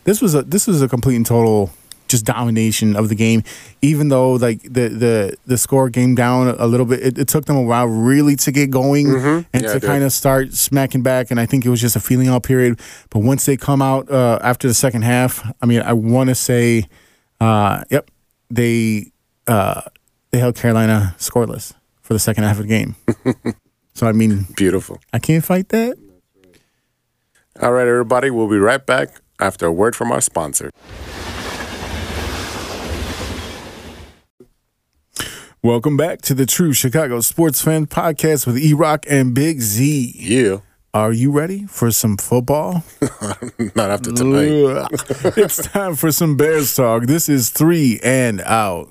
Speaker 3: this was a this was a complete and total just domination of the game. Even though like the the the score came down a little bit, it, it took them a while really to get going and
Speaker 2: Mm-hmm. Yeah,
Speaker 3: to
Speaker 2: it did.
Speaker 3: kind of start smacking back. And I think it was just a feeling out period. But once they come out uh, after the second half, I mean, I want to say, uh, yep, they uh, they held Carolina scoreless for the second half of the game. so I mean,
Speaker 2: Beautiful.
Speaker 3: I can't fight that.
Speaker 2: All right, everybody. We'll be right back after a word from our sponsor.
Speaker 3: Welcome back to the True Chicago Sports Fan Podcast with E Rock and Big Z.
Speaker 2: You,
Speaker 3: Are you ready for some football?
Speaker 2: not after tonight.
Speaker 3: it's time for some Bears talk. This is three and out.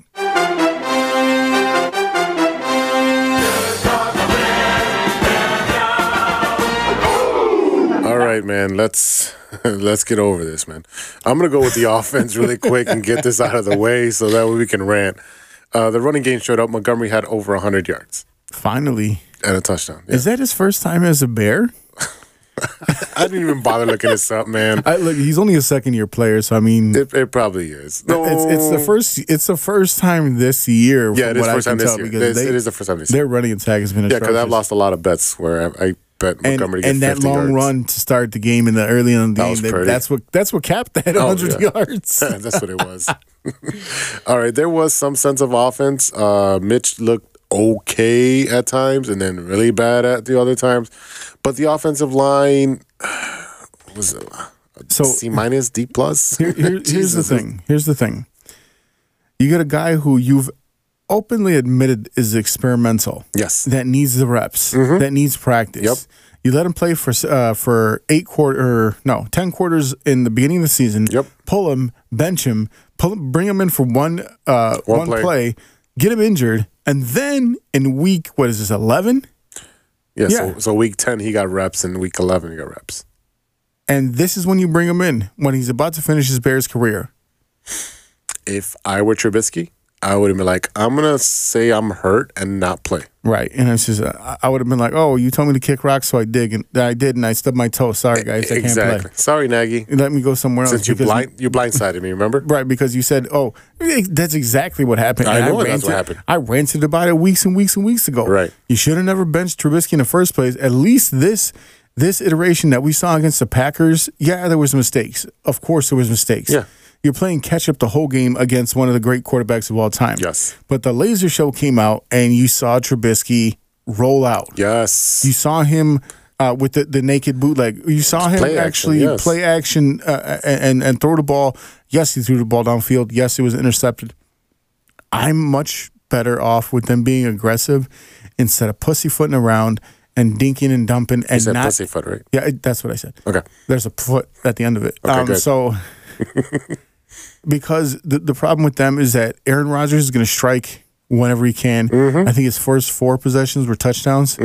Speaker 2: All right, man. Let's let's get over this, man. I'm gonna go with the offense really quick and get this out of the way so that way we can rant. Uh, the running game showed up. Montgomery had over 100 yards
Speaker 3: Finally,
Speaker 2: and a touchdown. Yeah.
Speaker 3: is that his first time as a Bear?
Speaker 2: I didn't even bother looking this up, man.
Speaker 3: I, look, he's only a second year player, so I mean,
Speaker 2: It, it probably is. No,
Speaker 3: it's it's the first it's the first time this year.
Speaker 2: Yeah, it
Speaker 3: from
Speaker 2: is
Speaker 3: what I
Speaker 2: first
Speaker 3: can
Speaker 2: time this
Speaker 3: tell,
Speaker 2: year.
Speaker 3: because
Speaker 2: It is- it is the first time this year.
Speaker 3: Their running attack has been
Speaker 2: Yeah, because I've
Speaker 3: atrocious.
Speaker 2: lost a lot of bets where I, I bet
Speaker 3: and,
Speaker 2: Montgomery gets
Speaker 3: and that
Speaker 2: 50
Speaker 3: long
Speaker 2: yards.
Speaker 3: run to start the game in the early in the
Speaker 2: That
Speaker 3: game.
Speaker 2: was
Speaker 3: that-
Speaker 2: pretty. Oh,
Speaker 3: that's what that's what capped that 100
Speaker 2: yeah.
Speaker 3: yards.
Speaker 2: That's what it was. All right, there was some sense of offense. Uh, Mitch looked okay at times, and then really bad at the other times. But the offensive line was a
Speaker 3: so
Speaker 2: C minus, D plus.
Speaker 3: Here- here- here's the
Speaker 2: Jesus.
Speaker 3: thing. Here's the thing. You get a guy who you've openly admitted is experimental.
Speaker 2: Yes.
Speaker 3: That needs the reps. That needs practice.
Speaker 2: Mm-hmm. Yep.
Speaker 3: You let him play for s- uh, for eight quarter no ten quarters in the beginning of the season.
Speaker 2: Yep.
Speaker 3: Pull him, bench him, pull him, bring him in for one uh,
Speaker 2: One
Speaker 3: one,
Speaker 2: play.
Speaker 3: play. get him injured, and then in week what is this eleven?
Speaker 2: Yeah,
Speaker 3: yeah.
Speaker 2: So, so week ten he got reps, and week eleven he got reps.
Speaker 3: And this is when you bring him in when he's about to finish his Bears career.
Speaker 2: If I were Trubisky, I would have been like, I'm gonna say I'm hurt and not play.
Speaker 3: Right, and it's just uh, I- I would have been like, "Oh, you told me to kick rocks, so I dig, and I did, and I stubbed my toe. Sorry, guys, I can't
Speaker 2: E, exactly.
Speaker 3: play.
Speaker 2: Sorry, Nagy.
Speaker 3: Let me go somewhere else."
Speaker 2: Since you
Speaker 3: because-
Speaker 2: blind, you blindsided me. Remember?
Speaker 3: right? Because you said, "Oh, eh, that's exactly what happened."
Speaker 2: I
Speaker 3: and
Speaker 2: know that's
Speaker 3: ranted-
Speaker 2: what happened.
Speaker 3: I ranted about it weeks and weeks and weeks ago.
Speaker 2: Right.
Speaker 3: You should have never benched Trubisky in the first place. At least this this iteration that we saw against the Packers, yeah, there was mistakes. Of course, there was mistakes.
Speaker 2: Yeah.
Speaker 3: You're playing catch up the whole game against one of the great quarterbacks of all time.
Speaker 2: Yes.
Speaker 3: But the laser show came out, and you saw Trubisky roll out.
Speaker 2: Yes.
Speaker 3: You saw him uh, with the, the naked bootleg. You saw him
Speaker 2: Play action,
Speaker 3: actually
Speaker 2: yes.
Speaker 3: play action uh, and and throw the ball. Yes, he threw the ball downfield. Yes, it was intercepted. I'm much better off with them being aggressive instead of pussyfooting around and dinking and dumping and
Speaker 2: said
Speaker 3: not
Speaker 2: pussyfoot, right?
Speaker 3: Yeah, it- that's what I said.
Speaker 2: Okay.
Speaker 3: There's a foot at the end of it.
Speaker 2: Okay,
Speaker 3: um,
Speaker 2: good.
Speaker 3: So, because the, the problem with them is that Aaron Rodgers is going to strike whenever he can.
Speaker 2: Mm-hmm.
Speaker 3: I think his first four possessions were touchdowns.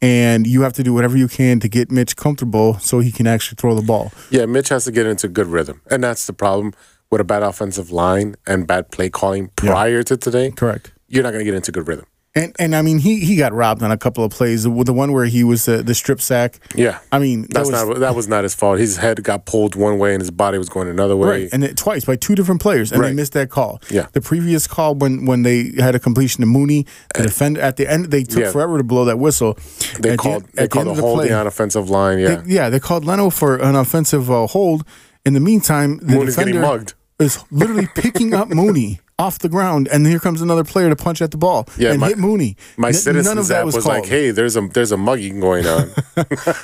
Speaker 3: And you have to do whatever you can to get Mitch comfortable so he can actually throw the ball.
Speaker 2: Yeah, Mitch has to get into good rhythm, and that's the problem with a bad offensive line and bad play calling prior to today,
Speaker 3: Correct.
Speaker 2: you're not going to get into good rhythm.
Speaker 3: And and I mean he he got robbed on a couple of plays. The the one where he was the, the strip sack.
Speaker 2: Yeah,
Speaker 3: I mean that
Speaker 2: that's
Speaker 3: was
Speaker 2: not that was not his fault. His head got pulled one way and his body was going another way.
Speaker 3: right, and it, twice by two different players, and they
Speaker 2: Right.
Speaker 3: missed that call.
Speaker 2: Yeah.
Speaker 3: the previous call when when they had a completion to Mooney, the defender at the end they took
Speaker 2: Eh. Yeah.
Speaker 3: forever to blow that whistle.
Speaker 2: they
Speaker 3: At the-
Speaker 2: called
Speaker 3: at
Speaker 2: they
Speaker 3: the
Speaker 2: called
Speaker 3: end
Speaker 2: a
Speaker 3: of the
Speaker 2: holding
Speaker 3: play-
Speaker 2: on offensive line. Yeah,
Speaker 3: They, yeah, they called Leno for an offensive uh, hold. In the meantime, the
Speaker 2: Mooney's getting
Speaker 3: defender
Speaker 2: mugged.
Speaker 3: is literally picking up Mooney off the ground, and here comes another player to punch at the ball
Speaker 2: Yeah,
Speaker 3: and
Speaker 2: my-
Speaker 3: hit Mooney.
Speaker 2: my
Speaker 3: N-
Speaker 2: citizens
Speaker 3: none of
Speaker 2: app
Speaker 3: that
Speaker 2: was,
Speaker 3: was,
Speaker 2: like,
Speaker 3: called.
Speaker 2: "Hey, there's a there's a mugging going on."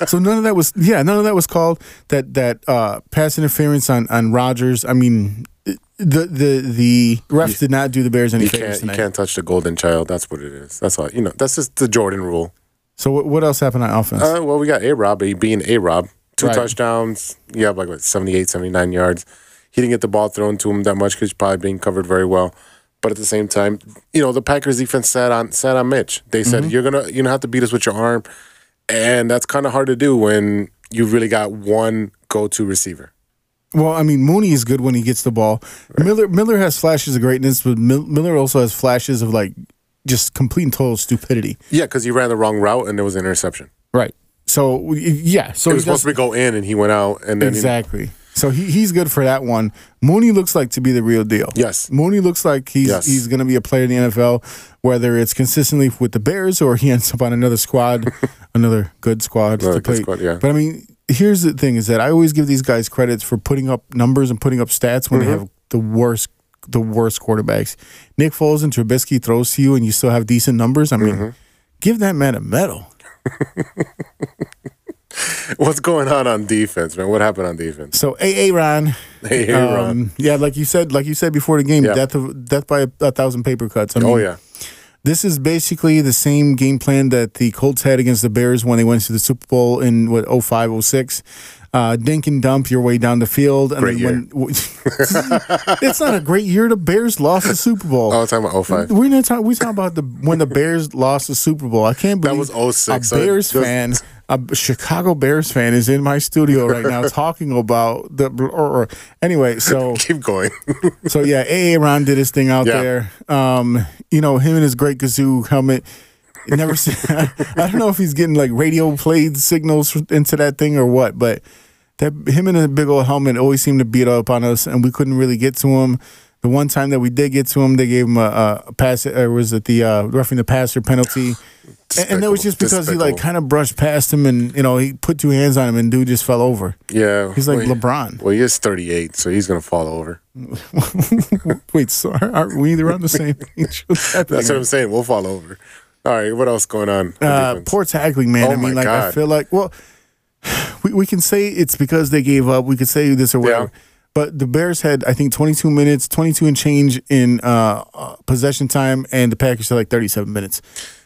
Speaker 3: So none of that was yeah, none of that was called. That that uh, pass interference on on Rogers. I mean, the the the refs did not do the Bears any
Speaker 2: you
Speaker 3: favors
Speaker 2: can't you
Speaker 3: tonight.
Speaker 2: can't touch the golden child. That's what it is. That's all. You know, that's just the Jordan rule.
Speaker 3: So what, what else happened on offense?
Speaker 2: Uh, well, we got A Rob being A Rob. Two
Speaker 3: Right.
Speaker 2: touchdowns. You have like what, 78, 79 yards. He didn't get the ball thrown to him that much because he's probably being covered very well. But at the same time, you know, the Packers defense sat on sat on Mitch. They said,
Speaker 3: Mm-hmm.
Speaker 2: You're gonna you're gonna have to beat us with your arm. And that's kinda hard to do when you've really got one go to receiver.
Speaker 3: Well, I mean, Mooney is good when he gets the ball. Miller Miller has flashes of greatness, but Mil- Miller also has flashes of like just complete and total stupidity.
Speaker 2: Yeah, because he ran the wrong route and there was an interception.
Speaker 3: Right. So y- yeah, so
Speaker 2: It
Speaker 3: he
Speaker 2: was supposed
Speaker 3: does-
Speaker 2: to be go in and he went out and then he-
Speaker 3: exactly. So he, he's good for that one. Mooney looks like to be the real deal.
Speaker 2: Yes.
Speaker 3: Mooney looks like he's
Speaker 2: Yes.
Speaker 3: he's going to be a player in the NFL, whether it's consistently with the Bears or he ends up on another squad, another good squad.
Speaker 2: Another
Speaker 3: to
Speaker 2: good
Speaker 3: play.
Speaker 2: squad, yeah.
Speaker 3: But I mean, here's the thing: is that I always give these guys credits for putting up numbers and putting up stats when
Speaker 2: Mm-hmm.
Speaker 3: they have the worst the worst quarterbacks. Nick Foles and Trubisky throws to you, and you still have decent numbers. I
Speaker 2: Mm-hmm.
Speaker 3: mean, give that man a medal.
Speaker 2: what's going on on defense, man? What happened on defense?
Speaker 3: So, AA Ron.
Speaker 2: Hey, hey, Rob.
Speaker 3: Um, yeah, like you said, like you said before the game,
Speaker 2: Yeah.
Speaker 3: death of death by a, a thousand paper cuts. I mean,
Speaker 2: oh yeah.
Speaker 3: this is basically the same game plan that the Colts had against the Bears when they went to the Super Bowl in what 05, 06. Uh, dink and dump your way down the field. And
Speaker 2: Great
Speaker 3: then when, it's not a great year. The Bears lost the Super Bowl.
Speaker 2: Oh, talking about 05.
Speaker 3: We're not talking. We talking about the when the Bears lost the Super Bowl. I can't
Speaker 2: That
Speaker 3: believe
Speaker 2: was 06,
Speaker 3: A
Speaker 2: so
Speaker 3: Bears
Speaker 2: those-
Speaker 3: fan, a B- Chicago Bears fan, is in my studio right now talking about the. Or, or- anyway, so
Speaker 2: Keep going.
Speaker 3: so yeah, AA Ron did his thing out
Speaker 2: Yeah.
Speaker 3: there. Um, you know him and his great kazoo helmet. Never, seen, I don't know if he's getting like radio played signals into that thing or what, but that him and a big old helmet always seemed to beat up on us, and we couldn't really get to him. The one time that we did get to him, they gave him a, a pass. Or was it the uh, roughing the passer penalty? And, and that was just because he like
Speaker 2: Despicable.
Speaker 3: kind of brushed past him, and you know he put two hands on him, and dude just fell over.
Speaker 2: Yeah.
Speaker 3: He's like
Speaker 2: well,
Speaker 3: LeBron.
Speaker 2: Well, he is 38, so he's going to fall over.
Speaker 3: Wait, so are, are we either on the same page? What's happening?
Speaker 2: That's what I'm saying. We'll fall over. All right, what else going on? on
Speaker 3: Uh,
Speaker 2: defense?
Speaker 3: poor tackling, man.
Speaker 2: Oh
Speaker 3: I
Speaker 2: my
Speaker 3: mean, like I
Speaker 2: God.
Speaker 3: feel like well, we, we can say it's because they gave up. We could say this or whatever.
Speaker 2: Yeah.
Speaker 3: But the Bears had I think 22 minutes, 22 and change in uh, uh, possession time, and the Packers had like 37 minutes.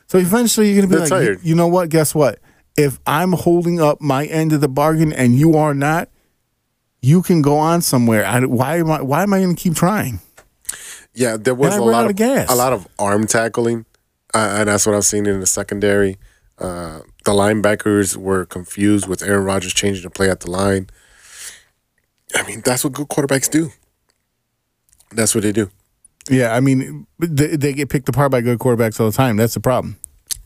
Speaker 3: So eventually, you're gonna be
Speaker 2: They're
Speaker 3: like,
Speaker 2: tired.
Speaker 3: you know what? Guess what? If I'm holding up my end of the bargain and you are not, you can go on somewhere. I, why am I? Why am I gonna keep trying?
Speaker 2: yeah, there was
Speaker 3: I
Speaker 2: a
Speaker 3: ran
Speaker 2: lot
Speaker 3: out
Speaker 2: of,
Speaker 3: of gas.
Speaker 2: a lot of arm tackling, uh, and that's what I've seen in the secondary. Uh, the linebackers were confused with Aaron Rodgers changing the play at the line. I mean, that's what good quarterbacks do. That's what they do.
Speaker 3: Yeah, I mean, they, they get picked apart by good quarterbacks all the time. That's the problem.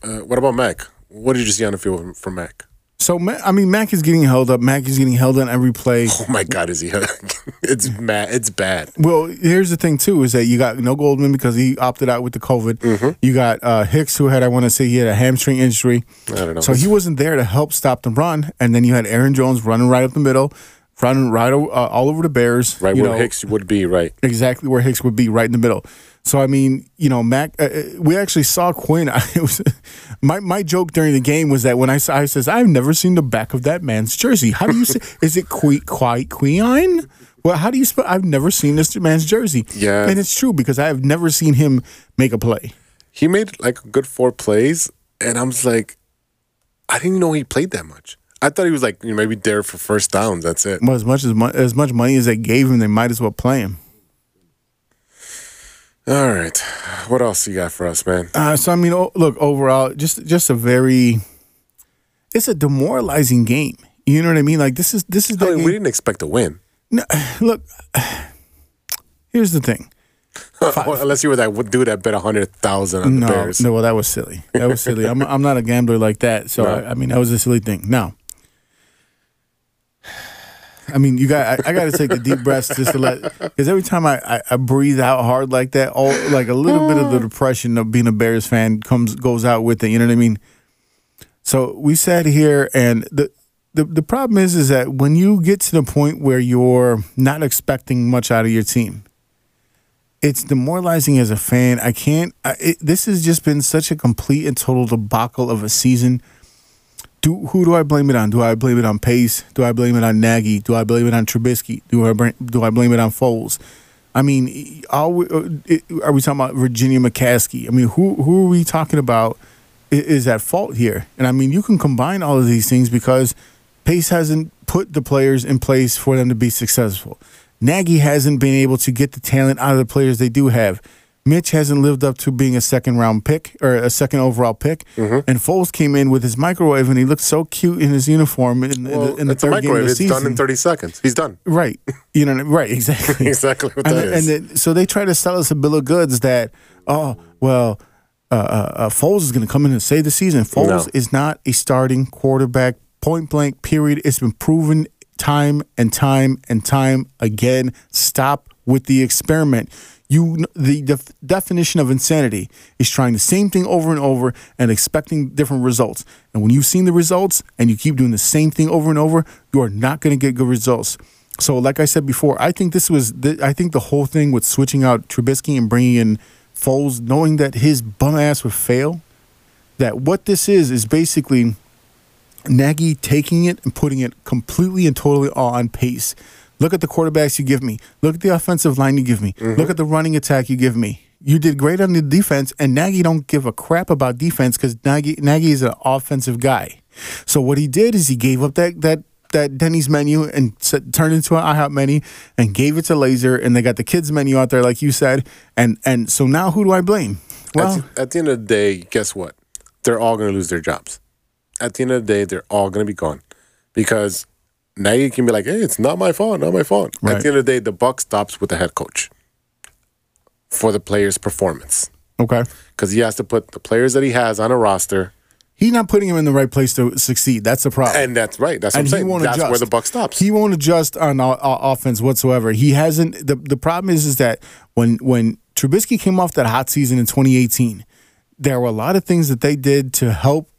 Speaker 2: Uh, what about Mac? What did you see on the field from, from Mac?
Speaker 3: So Ma- I mean, Mac is getting held up. Mac is getting held on every play.
Speaker 2: Oh my God, is he? it's mad. It's bad.
Speaker 3: Well, here's the thing too is that you got no Goldman because he opted out with the COVID.
Speaker 2: Mm-hmm.
Speaker 3: You got uh, Hicks who had I want to say he had a hamstring injury. I
Speaker 2: don't know.
Speaker 3: So he wasn't there to help stop the run, and then you had Aaron Jones running right up the middle, running right o- uh, all over the Bears.
Speaker 2: Right
Speaker 3: you
Speaker 2: where
Speaker 3: know,
Speaker 2: Hicks would be. Right.
Speaker 3: exactly where Hicks would be, right in the middle. So I mean, you know, Mac. Uh, uh, we actually saw Quinn. I, it was my my joke during the game was that when I saw, I says, I've never seen the back of that man's jersey. How do you say? is it que quite queen? Well, how do you spell? I've never seen this man's jersey.
Speaker 2: Yeah.
Speaker 3: and it's true because I have never seen him make a play.
Speaker 2: he made like a good four plays, and I'm just like, I didn't know he played that much. I thought he was like you know, maybe there for first downs. That's it.
Speaker 3: Well, as much as mu- as much money as they gave him, they might as well play him.
Speaker 2: All right, what else you got for us, man?
Speaker 3: Uh, so I mean, o- look overall, just just a very, it's a demoralizing game. You know what I mean? Like this is this is the
Speaker 2: I mean,
Speaker 3: game.
Speaker 2: we didn't expect a win.
Speaker 3: No, look, Here's the thing.
Speaker 2: Unless you were that dude that bet a hundred thousand on the
Speaker 3: no,
Speaker 2: Bears.
Speaker 3: No, well, that was silly. That was silly. I'm, I'm not a gambler like that. So, I, I mean, that was a silly thing. Now, I mean, you got, I, I got to take the deep breaths just to let, because every time I, I, I breathe out hard like that, all, like a little bit of the depression of being a Bears fan comes, goes out with it. You know what I mean? So we sat here and the, the, the problem is is that when you get to the point where you're not expecting much out of your team, it's demoralizing as a fan. I can't. I, it, this has just been such a complete and total debacle of a season. Do who do I blame it on? Do I blame it on Pace? Do I blame it on Nagy? Do I blame it on Trubisky? Do I br- do I blame it on Foles? I mean, are we, uh, are we talking about Virginia McCaskey? I mean, who who are we talking about i- is at fault here? And I mean, you can combine all of these things because Pace hasn't put the players in place for them to be successful. Nagy hasn't been able to get the talent out of the players they do have. Mitch hasn't lived up to being a second round pick or a second overall pick.
Speaker 2: Mm-hmm.
Speaker 3: And Foles came in with his microwave and he looked so cute in his uniform in, in the-
Speaker 2: Well,
Speaker 3: in the
Speaker 2: it's a
Speaker 3: third game of
Speaker 2: microwave.
Speaker 3: the
Speaker 2: It's
Speaker 3: season.
Speaker 2: done in thirty seconds. He's done.
Speaker 3: Right. You know, right, exactly.
Speaker 2: Exactly what
Speaker 3: and
Speaker 2: that
Speaker 3: then-
Speaker 2: is.
Speaker 3: And then, so they try to sell us a bill of goods that, oh, well, uh, uh, uh, Foles is going to come in and save the season. Foles
Speaker 2: No.
Speaker 3: is not a starting quarterback, point blank, period. It's been proven time and time and time again. Stop with the experiment. You, kn- the def- definition of insanity is trying the same thing over and over and expecting different results. And when you've seen the results and you keep doing the same thing over and over, you are not going to get good results. So, like I said before, I think this was, the, I think the whole thing with switching out Trubisky and bringing in Foles, knowing that his bum ass would fail, that what this is is basically Nagy taking it and putting it completely and totally on pace. Look at the quarterbacks you give me. Look at the offensive line you give me. Look at the running attack you give me. You did great on the defense, and Nagy don't give a crap about defense because Nagy Nagy is an offensive guy. So what he did is he gave up that that that Denny's menu and s turned into an IHOP menu and gave it to Laser, and they got the kids menu out there, like you said. And and so now who do I blame? Well,
Speaker 2: at, the, at the end of the day, guess what? They're all going to lose their jobs. At the end of the day, they're all going to be gone because now you can be like, "Hey, it's not my fault. Not my fault."
Speaker 3: Right.
Speaker 2: At the end of the day, the buck stops with the head coach for the player's performance
Speaker 3: okay.
Speaker 2: because he has to put the players that he has on a roster,
Speaker 3: He's not putting him in the right place to succeed. That's the problem.
Speaker 2: and that's right. That's what I'm
Speaker 3: and he
Speaker 2: saying.
Speaker 3: won't
Speaker 2: That's
Speaker 3: adjust.
Speaker 2: where the buck stops.
Speaker 3: He won't adjust on o- o- offense whatsoever. He hasn't. The, the problem is is that when when Trubisky came off that hot season in 2018, there were a lot of things that they did to help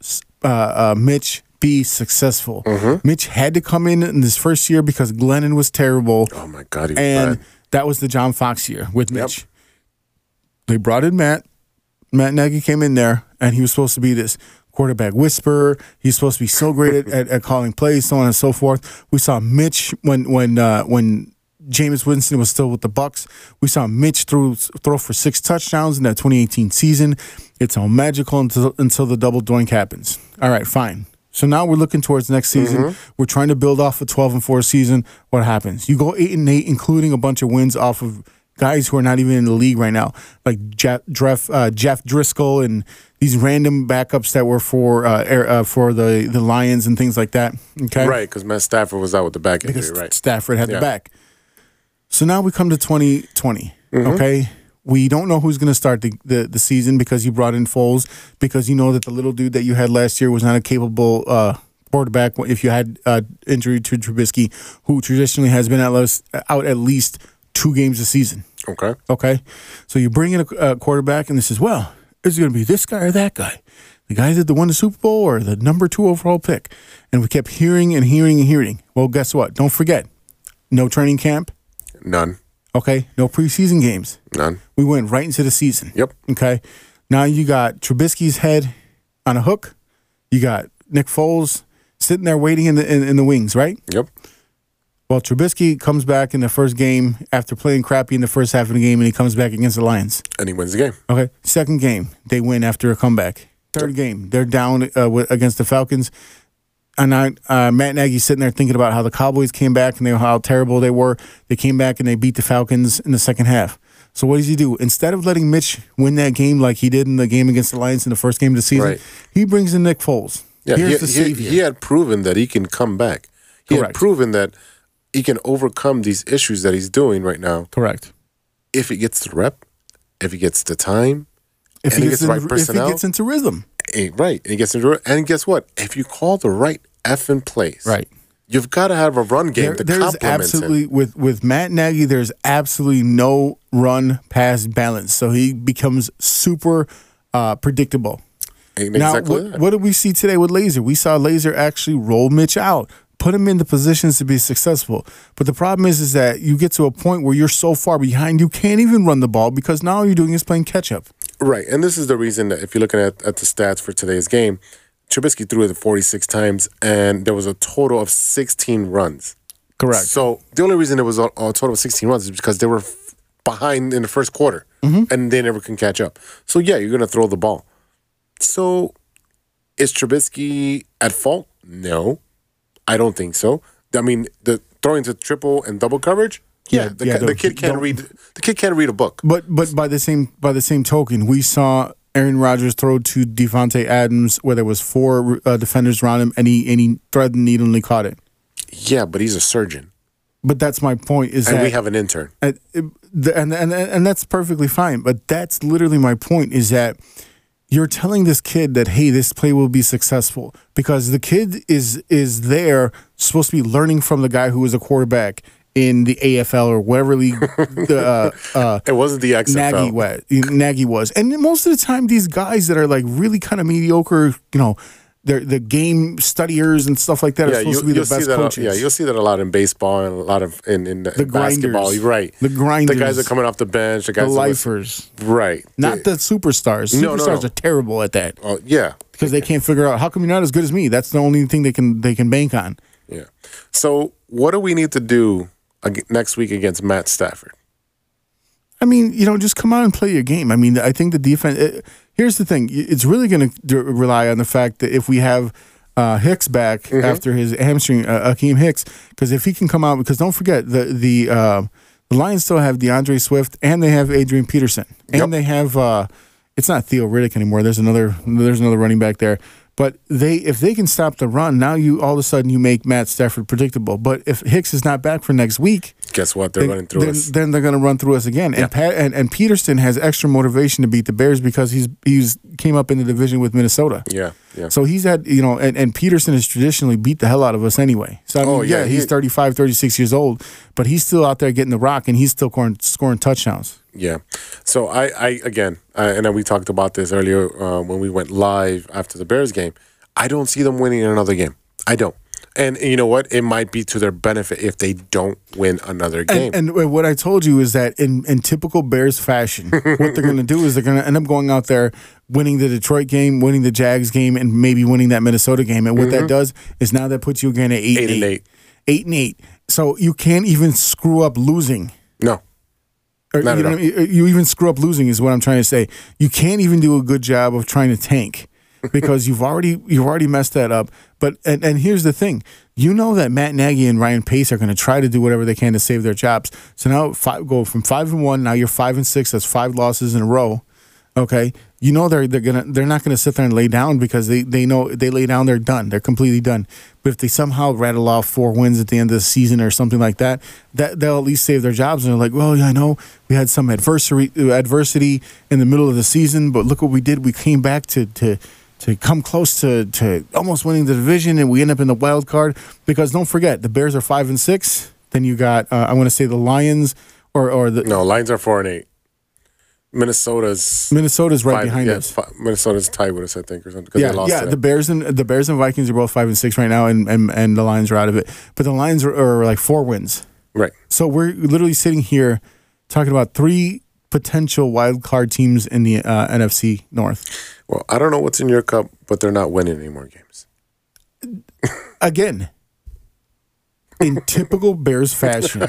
Speaker 3: uh, uh, Mitch be successful.
Speaker 2: Mm-hmm.
Speaker 3: Mitch had to come in in this first year because Glennon was terrible,
Speaker 2: oh my god! He was
Speaker 3: and
Speaker 2: bad.
Speaker 3: that was the John Fox year with Mitch. They brought in Matt. Matt Nagy came in there, and he was supposed to be this quarterback whisperer. He's supposed to be so great at, at, at calling plays, so on and so forth. We saw Mitch when when uh, when Jameis Winston was still with the Bucks. We saw Mitch throw throw for six touchdowns in that 2018 season. It's all magical until until the double doink happens. All right, fine. So now we're looking towards next season. We're trying to build off a 12 and 4 season. What happens? You go 8 and 8 including a bunch of wins off of guys who are not even in the league right now, like Jeff, Jeff, uh, Jeff Driscoll and these random backups that were for uh, air, uh, for the the Lions and things like that. Okay,
Speaker 2: right because Matt Stafford was out with the back
Speaker 3: Because
Speaker 2: injury. Right.
Speaker 3: Stafford had
Speaker 2: Yeah.
Speaker 3: the back. So now we come to twenty
Speaker 2: Mm-hmm.
Speaker 3: Okay, we don't know who's going to start the, the the season because you brought in Foles because you know that the little dude that you had last year was not a capable. Uh, Quarterback, if you had uh, injury to Trubisky, who traditionally has been at least, out at least two games a season.
Speaker 2: okay.
Speaker 3: Okay. So you bring in a, a quarterback, and this is, well, is it going to be this guy or that guy? The guy that won the Super Bowl or the number two overall pick? And we kept hearing and hearing and hearing. Well, guess what? Don't forget no training camp.
Speaker 2: None.
Speaker 3: Okay. No preseason games.
Speaker 2: None.
Speaker 3: We went right into the season.
Speaker 2: Yep.
Speaker 3: Okay. Now you got Trubisky's head on a hook. You got Nick Foles sitting there waiting in the in, in the wings, right?
Speaker 2: Yep.
Speaker 3: Well, Trubisky comes back in the first game after playing crappy in the first half of the game, and he comes back against the Lions.
Speaker 2: And he wins the game.
Speaker 3: Okay. Second game, they win after a comeback. Third game, they're down uh, wi- against the Falcons. And I, uh, Matt Nagy's sitting there thinking about how the Cowboys came back and they, how terrible they were. They came back and they beat the Falcons in the second half. So what does he do? Instead of letting Mitch win that game like he did in the game against the Lions in the first game of the season,
Speaker 2: Right.
Speaker 3: he brings in Nick Foles.
Speaker 2: Yeah,
Speaker 3: Here's
Speaker 2: he,
Speaker 3: the
Speaker 2: he-
Speaker 3: savior.
Speaker 2: he had proven that he can come back. He
Speaker 3: Correct.
Speaker 2: had proven that he can overcome these issues that he's doing right now
Speaker 3: Correct.
Speaker 2: if he gets the rep, if he gets the time,
Speaker 3: If
Speaker 2: And
Speaker 3: he
Speaker 2: he gets
Speaker 3: gets,
Speaker 2: the right
Speaker 3: in-
Speaker 2: personnel?
Speaker 3: if he gets into rhythm,
Speaker 2: eh, right, and he gets into it. And guess what? If you call the right effing plays,
Speaker 3: Right.
Speaker 2: you've got to have a run game
Speaker 3: there-
Speaker 2: to
Speaker 3: there is
Speaker 2: complement him.
Speaker 3: absolutely with with Matt Nagy. There's absolutely no run pass balance, so he becomes super uh, predictable.
Speaker 2: And
Speaker 3: Now,
Speaker 2: Eh, exactly
Speaker 3: what,
Speaker 2: that.
Speaker 3: what did we see today with Laser? We saw Laser actually roll Mitch out, put him in the positions to be successful. But the problem is, is that you get to a point where you're so far behind, you can't even run the ball because now all you're doing is playing catch up.
Speaker 2: Right, and this is the reason that if you're looking at, at the stats for today's game, Trubisky threw it 46 times, and there was a total of 16 runs.
Speaker 3: Correct.
Speaker 2: So the only reason it was a, a total of 16 runs is because they were f- behind in the first quarter,
Speaker 3: Mm-hmm.
Speaker 2: and they never can catch up. So yeah, you're gonna throw the ball. So is Trubisky at fault? No, I don't think so. I mean, the throwing to triple and double coverage. Yeah,
Speaker 3: Yeah,
Speaker 2: the,
Speaker 3: yeah,
Speaker 2: ki- the
Speaker 3: don't-
Speaker 2: kid can't
Speaker 3: don't-
Speaker 2: read. The kid can't read a book.
Speaker 3: But but by the same by the same token, we saw Aaron Rodgers throw to Devontae Adams where there was four uh, defenders around him, and he and he threaded the needle and he caught it.
Speaker 2: Yeah, but he's a surgeon,
Speaker 3: But that's my point is
Speaker 2: and
Speaker 3: that
Speaker 2: we have an intern.
Speaker 3: and, and and and that's perfectly fine. But that's literally my point is that you're telling this kid that hey, this play will be successful because the kid is is there supposed to be learning from the guy who was a quarterback in the AFL or whatever league the uh, uh,
Speaker 2: It wasn't the XFL.
Speaker 3: Nagy was. Nagy was, and most of the time, these guys that are like really kind of mediocre, you know, they're the game studiers and stuff like that are
Speaker 2: Yeah,
Speaker 3: supposed
Speaker 2: you,
Speaker 3: to be the
Speaker 2: will see
Speaker 3: best
Speaker 2: that.
Speaker 3: coaches.
Speaker 2: A, yeah, you'll see that a lot in baseball and a lot of in in, in basketball.
Speaker 3: grinders.
Speaker 2: You're right.
Speaker 3: The grinders.
Speaker 2: The guys that are coming off the bench. The
Speaker 3: the
Speaker 2: guys. that was-
Speaker 3: lifers,
Speaker 2: right.
Speaker 3: not the superstars. Superstars
Speaker 2: No, no, no.
Speaker 3: are terrible at that
Speaker 2: Oh yeah,
Speaker 3: because they can't figure out how come you're not as good as me. That's the only thing they can they can bank on.
Speaker 2: yeah. So what do we need to do ag- next week against Matt Stafford?
Speaker 3: I mean, you know, just come out and play your game. I mean, I think the defense. It, here's the thing: y- it's really going to d- rely on the fact that if we have uh, Hicks back after his hamstring, uh, Akeem Hicks, because if he can come out, because don't forget the the uh, the Lions still have DeAndre Swift and they have Adrian Peterson and
Speaker 2: Yep.
Speaker 3: they have uh, it's not Theo Riddick anymore. There's another there's another running back there. But they if they can stop the run, now you all of a sudden you make Matt Stafford predictable. But if Hicks is not back for next week,
Speaker 2: Guess what? They're
Speaker 3: then-
Speaker 2: running through
Speaker 3: then,
Speaker 2: us.
Speaker 3: then they're going to run through us again. And, Pat, and and Peterson has extra motivation to beat the Bears because he's he's came up in the division with Minnesota.
Speaker 2: Yeah, yeah.
Speaker 3: So he's had, you know, and, and Peterson has traditionally beat the hell out of us anyway. So, I mean,
Speaker 2: Oh,
Speaker 3: yeah,
Speaker 2: yeah,
Speaker 3: he's
Speaker 2: he-
Speaker 3: 35, 36 years old, but he's still out there getting the rock and he's still scoring, scoring touchdowns.
Speaker 2: Yeah. So I, I again, I, and we talked about this earlier uh, when we went live after the Bears game. I don't see them winning another game. I don't. And, and you know what? It might be to their benefit if they don't win another game.
Speaker 3: And, and uh, what I told you is that in, in typical Bears fashion, what they're going to do is they're going to end up going out there, winning the Detroit game, winning the Jags game, and maybe winning that Minnesota game. And what that does is now that puts you again at eight,
Speaker 2: Mm-hmm. Eight and eight.
Speaker 3: eight and eight. So you can't even screw up losing.
Speaker 2: no.
Speaker 3: Or,
Speaker 2: Not
Speaker 3: you,
Speaker 2: at
Speaker 3: know,
Speaker 2: all.
Speaker 3: you even screw up losing is what I'm trying to say. You can't even do a good job of trying to tank because you've already you've already messed that up. But and, and here's the thing, you know that Matt Nagy and Ryan Pace are going to try to do whatever they can to save their jobs. So now five, go from five and one. Now you're five and six. That's five losses in a row. Okay, you know they're they're gonna they're not gonna sit there and lay down because they they know they lay down they're done they're completely done. But if they somehow rattle off four wins at the end of the season or something like that, that they'll at least save their jobs. And they're like, well, yeah, I know we had some adversary uh, adversity in the middle of the season, but look what we did. We came back to to to come close to to almost winning the division, and we end up in the wild card because don't forget the Bears are five and six. Then you got uh, I want to say the Lions or or the
Speaker 2: No, Lions are four and eight. Minnesota's
Speaker 3: Minnesota's right
Speaker 2: five-
Speaker 3: behind
Speaker 2: yeah,
Speaker 3: us.
Speaker 2: fi- Minnesota's tied with us, I think, or something. 'cause
Speaker 3: Yeah,
Speaker 2: they lost
Speaker 3: yeah.
Speaker 2: today.
Speaker 3: The Bears and the Bears and Vikings are both five and six right now, and and, and the Lions are out of it. But the Lions are, are like four wins.
Speaker 2: right.
Speaker 3: So we're literally sitting here talking about three potential wild card teams in the uh, NFC North
Speaker 2: Well, I don't know what's in your cup, but they're not winning any more games.
Speaker 3: again. In typical Bears fashion,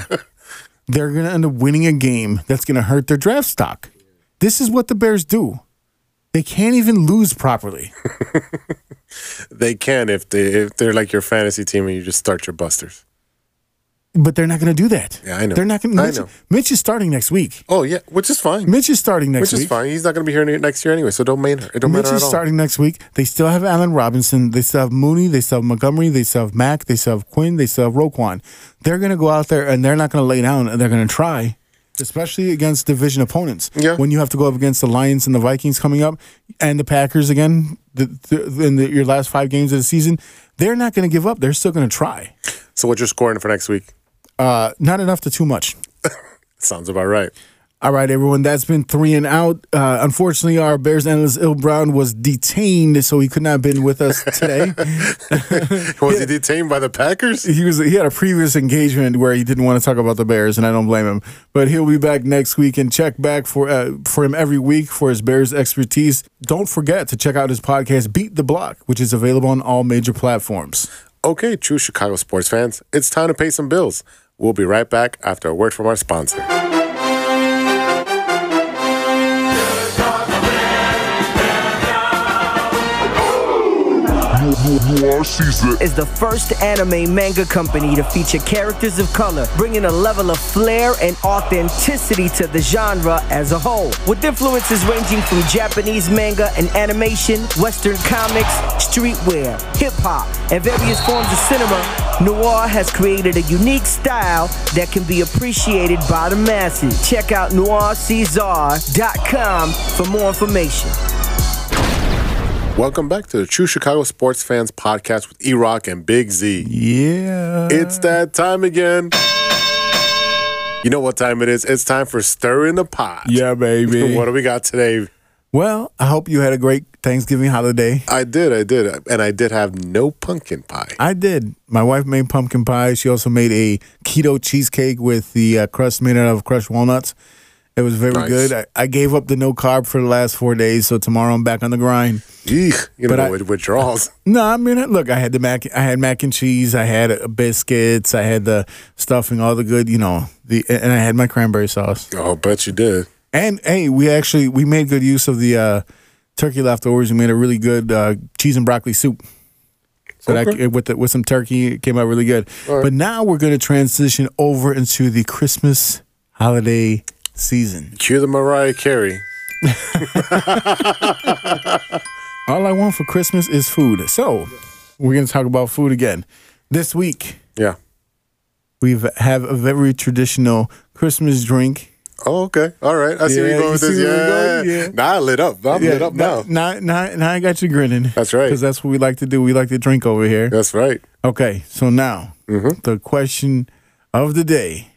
Speaker 3: they're going to end up winning a game that's going to hurt their draft stock. This is what the Bears do. They can't even lose properly.
Speaker 2: They can if they if they're like your fantasy team and you just start your busters.
Speaker 3: But they're not going to do that.
Speaker 2: Yeah, I know.
Speaker 3: They're not going.
Speaker 2: I
Speaker 3: Mitch,
Speaker 2: know.
Speaker 3: Mitch is starting next week.
Speaker 2: Oh yeah, which is fine.
Speaker 3: Mitch is starting
Speaker 2: which
Speaker 3: next week.
Speaker 2: is fine. He's not going to be here ne- next year anyway, so don't matter. It don't
Speaker 3: Mitch
Speaker 2: matter
Speaker 3: is
Speaker 2: at all.
Speaker 3: starting next week. They still have Allen Robinson. They still have Mooney. They still have Montgomery. They still have Mack. They still have Quinn. They still have Roquan. They're going to go out there and they're not going to lay down and they're going to try. especially against division opponents.
Speaker 2: Yeah.
Speaker 3: When you have to go up against the Lions and the Vikings coming up, and the Packers again the, the, in the, your last five games of the season, they're not going to give up. They're still going to try.
Speaker 2: So what you're scoring for next week?
Speaker 3: Uh, not enough to too much.
Speaker 2: Sounds about right.
Speaker 3: All right, everyone. That's been three and out. Uh, unfortunately, our Bears analyst Il Brown was detained, so he could not have been with us today.
Speaker 2: Was he detained by the Packers?
Speaker 3: he was he had a previous engagement where he didn't want to talk about the Bears, and I don't blame him. But he'll be back next week and check back for uh, for him every week for his Bears expertise. Don't forget to check out his podcast, Beat the Block, which is available on all major platforms.
Speaker 2: Okay, true Chicago sports fans, it's time to pay some bills. We'll be right back after a word from our sponsor.
Speaker 1: is the first anime manga company to feature characters of color, bringing a level of flair and authenticity to the genre as a whole. With influences ranging from Japanese manga and animation, Western comics, streetwear, hip hop, and various forms of cinema, Noir has created a unique style that can be appreciated by the masses. Check out noircesar.com for more information.
Speaker 2: Welcome back to the True Chicago Sports Fans podcast with E Rock and Big Z.
Speaker 3: Yeah,
Speaker 2: It's that time again. You know what time it is? It's time for stirring the pot.
Speaker 3: yeah, baby.
Speaker 2: What do we got today?
Speaker 3: well, I hope you had a great Thanksgiving holiday.
Speaker 2: I did, I did, and I did have no pumpkin pie.
Speaker 3: I did. My wife made pumpkin pie. She also made a keto cheesecake with the uh, crust made out of crushed walnuts. It was very
Speaker 2: Nice.
Speaker 3: good. I, I gave up the no carb for the last four days, so tomorrow I'm back on the grind.
Speaker 2: Eek, you
Speaker 3: But
Speaker 2: know,
Speaker 3: I-
Speaker 2: with withdrawals.
Speaker 3: No, I mean, look, I had the mac, I had mac and cheese, I had uh, biscuits, I had the stuffing, all the good, you know, the and I had my cranberry sauce.
Speaker 2: Oh, bet you did.
Speaker 3: And hey, we actually we made good use of the uh, turkey leftovers. We made a really good uh, cheese and broccoli soup. So that, with the, with some turkey, it came out really good. But now we're going to transition over into the Christmas holiday season.
Speaker 2: Cue the Mariah Carey.
Speaker 3: All I want for Christmas is food. So we're going to talk about food again this week.
Speaker 2: Yeah.
Speaker 3: We have a very traditional Christmas drink.
Speaker 2: Oh, okay. All right. I see where you're
Speaker 3: Yeah, you
Speaker 2: going with
Speaker 3: see
Speaker 2: this.
Speaker 3: where
Speaker 2: Yeah.
Speaker 3: we're going? Yeah.
Speaker 2: Now I lit up. I'm lit up now.
Speaker 3: now, now, now, now I got you grinning.
Speaker 2: That's right.
Speaker 3: Because that's what we like to do. We like to drink over here.
Speaker 2: That's right.
Speaker 3: Okay, so now
Speaker 2: Mm-hmm.
Speaker 3: the question of the day: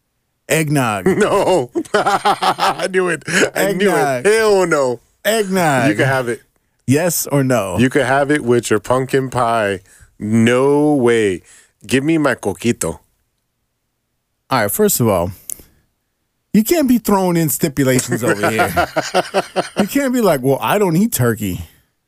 Speaker 3: eggnog,
Speaker 2: No. I knew it. I knew it.
Speaker 3: Eggnog.
Speaker 2: Hell no. You
Speaker 3: eggnog,
Speaker 2: can have it.
Speaker 3: yes or no?
Speaker 2: You can have it with your pumpkin pie. No way. Give me my coquito.
Speaker 3: all right. First of all, you can't be throwing in stipulations over here. you can't be like, "Well, I don't eat turkey."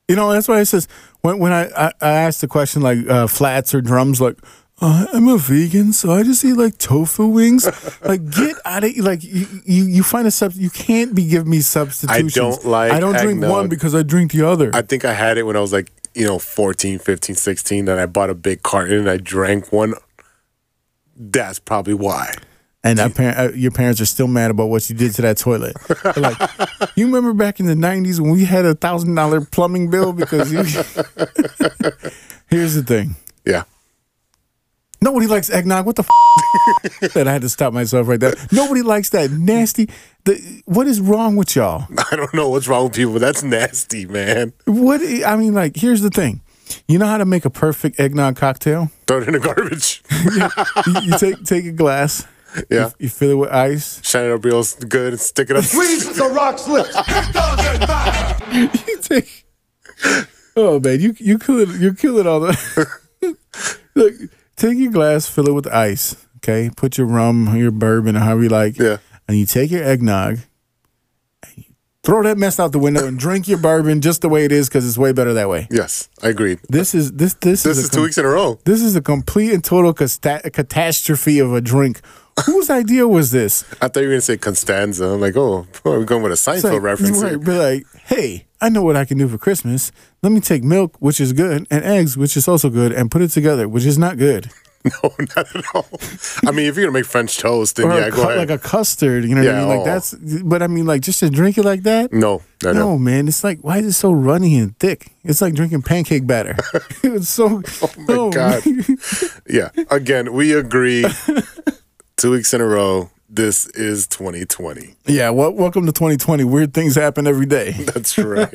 Speaker 3: You know, that's why it says when when I I, I asked the question like uh, flats or drums, like. Uh, I'm a vegan, so I just eat like tofu wings. like, get out of like you, you. You find a substitute. You can't be giving me substitutions.
Speaker 2: like
Speaker 3: I don't drink one
Speaker 2: eggnog.
Speaker 3: because I drink the other.
Speaker 2: I think I had it when I was like, you know, 14, 15, 16, and I bought a big carton and I drank one. That's probably why.
Speaker 3: And that par- uh, your parents are still mad about what you did to that toilet. They're like, you remember back in the '90s when we had a thousand dollar plumbing bill because you. Here's the thing.
Speaker 2: Yeah.
Speaker 3: Nobody likes eggnog. What the f- that I had to stop myself right there. Nobody likes that nasty. The what is wrong with y'all?
Speaker 2: I don't know what's wrong with people. That's nasty, man.
Speaker 3: What I I mean, like, here's the thing. You know how to make a perfect eggnog cocktail?
Speaker 2: Throw it in the garbage.
Speaker 3: You, you take take a glass.
Speaker 2: Yeah.
Speaker 3: You fill it with ice.
Speaker 2: Shine it up real s- good and stick it up.
Speaker 6: the rock slips.
Speaker 3: you take. Oh man, you you kill it. You kill it all the. Look, take your glass, fill it with ice. Okay, put your rum, or your bourbon, or however you like.
Speaker 2: Yeah.
Speaker 3: And you take your eggnog. And you throw that mess out the window and drink your bourbon just the way it is because it's way better that way.
Speaker 2: Yes, I agreed.
Speaker 3: This is this this,
Speaker 2: This
Speaker 3: a
Speaker 2: is two
Speaker 3: com-
Speaker 2: weeks in a row.
Speaker 3: This is a complete and total casta- catastrophe of a drink. Whose idea was this?
Speaker 2: I thought you were gonna say Constanza. I'm like, oh, we're going with a
Speaker 3: It's
Speaker 2: Seinfeld
Speaker 3: like,
Speaker 2: reference.
Speaker 3: Right,
Speaker 2: here.
Speaker 3: be like, hey, I know what I can do for Christmas. Let me take milk, which is good, and eggs, which is also good, and put it together, which is not good.
Speaker 2: No, not at all. I mean, if you're gonna make French toast, then
Speaker 3: Or
Speaker 2: yeah,
Speaker 3: a
Speaker 2: go
Speaker 3: cu-
Speaker 2: ahead.
Speaker 3: like a custard, you know
Speaker 2: Yeah,
Speaker 3: what I mean? Like
Speaker 2: oh. Mm,
Speaker 3: that's, but I mean, like just to drink it like that.
Speaker 2: no, no,
Speaker 3: No,
Speaker 2: no.
Speaker 3: man, it's like why is it so runny and thick? It's like drinking pancake batter. it's so. Oh
Speaker 2: my God. Yeah, again, we agree. two weeks in a row. this is 2020.
Speaker 3: Yeah, well, welcome to 2020. Weird things happen every day.
Speaker 2: That's right.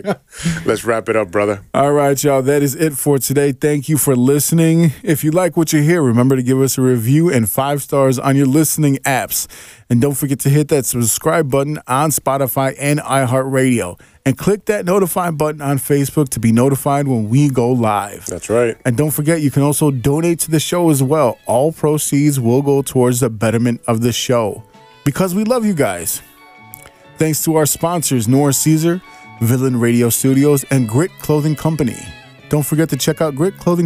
Speaker 2: Let's wrap it up, brother.
Speaker 3: All right, y'all. That is it for today. Thank you for listening. If you like what you hear, remember to give us a review and five stars on your listening apps. And don't forget to hit that subscribe button on Spotify and iHeartRadio. And click that notify button on Facebook to be notified when we go live.
Speaker 2: That's right.
Speaker 3: And don't forget, you can also donate to the show as well. All proceeds will go towards the betterment of the show because we love you guys. Thanks to our sponsors, Nora Caesar, Villain Radio Studios, and Grit Clothing Company. Don't forget to check out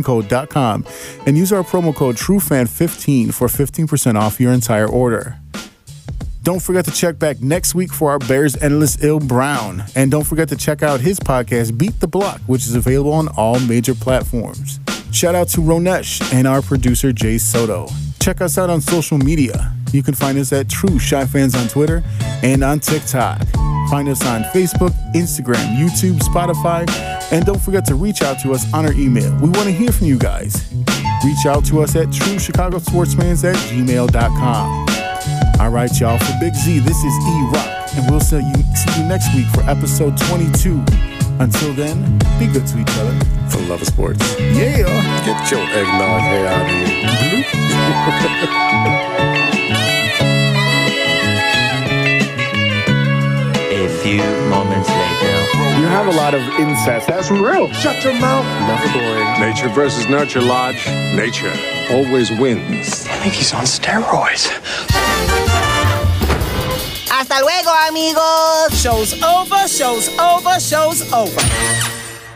Speaker 3: gritclothingcode.com and use our promo code TrueFan15 for 15% off your entire order. Don't forget to check back next week for our Bears analyst, Il Brown. And don't forget to check out his podcast, Beat the Block, which is available on all major platforms. Shout out to Ronesh and our producer, Jay Soto. Check us out on social media. You can find us at True Shy Fans on Twitter and on TikTok. Find us on Facebook, Instagram, YouTube, Spotify, and don't forget to reach out to us on our email. We want to hear from you guys. Reach out to us at TrueChicagoSportsFans at gmail.com. All right, y'all. For Big Z, this is E Rock, and we'll see you, see you next week for episode 22. Until then, be good to each other.
Speaker 2: For the love of sports,
Speaker 3: Yeah.
Speaker 2: get your eggnog hair out of here.
Speaker 6: A few moments later.
Speaker 7: You have a lot of incest. That's real. Shut your mouth. Nothing boring.
Speaker 8: Nature versus nurture, Lodge. Nature always wins.
Speaker 7: I think he's on steroids.
Speaker 9: Hasta luego, amigos.
Speaker 1: Show's over, show's over, show's over.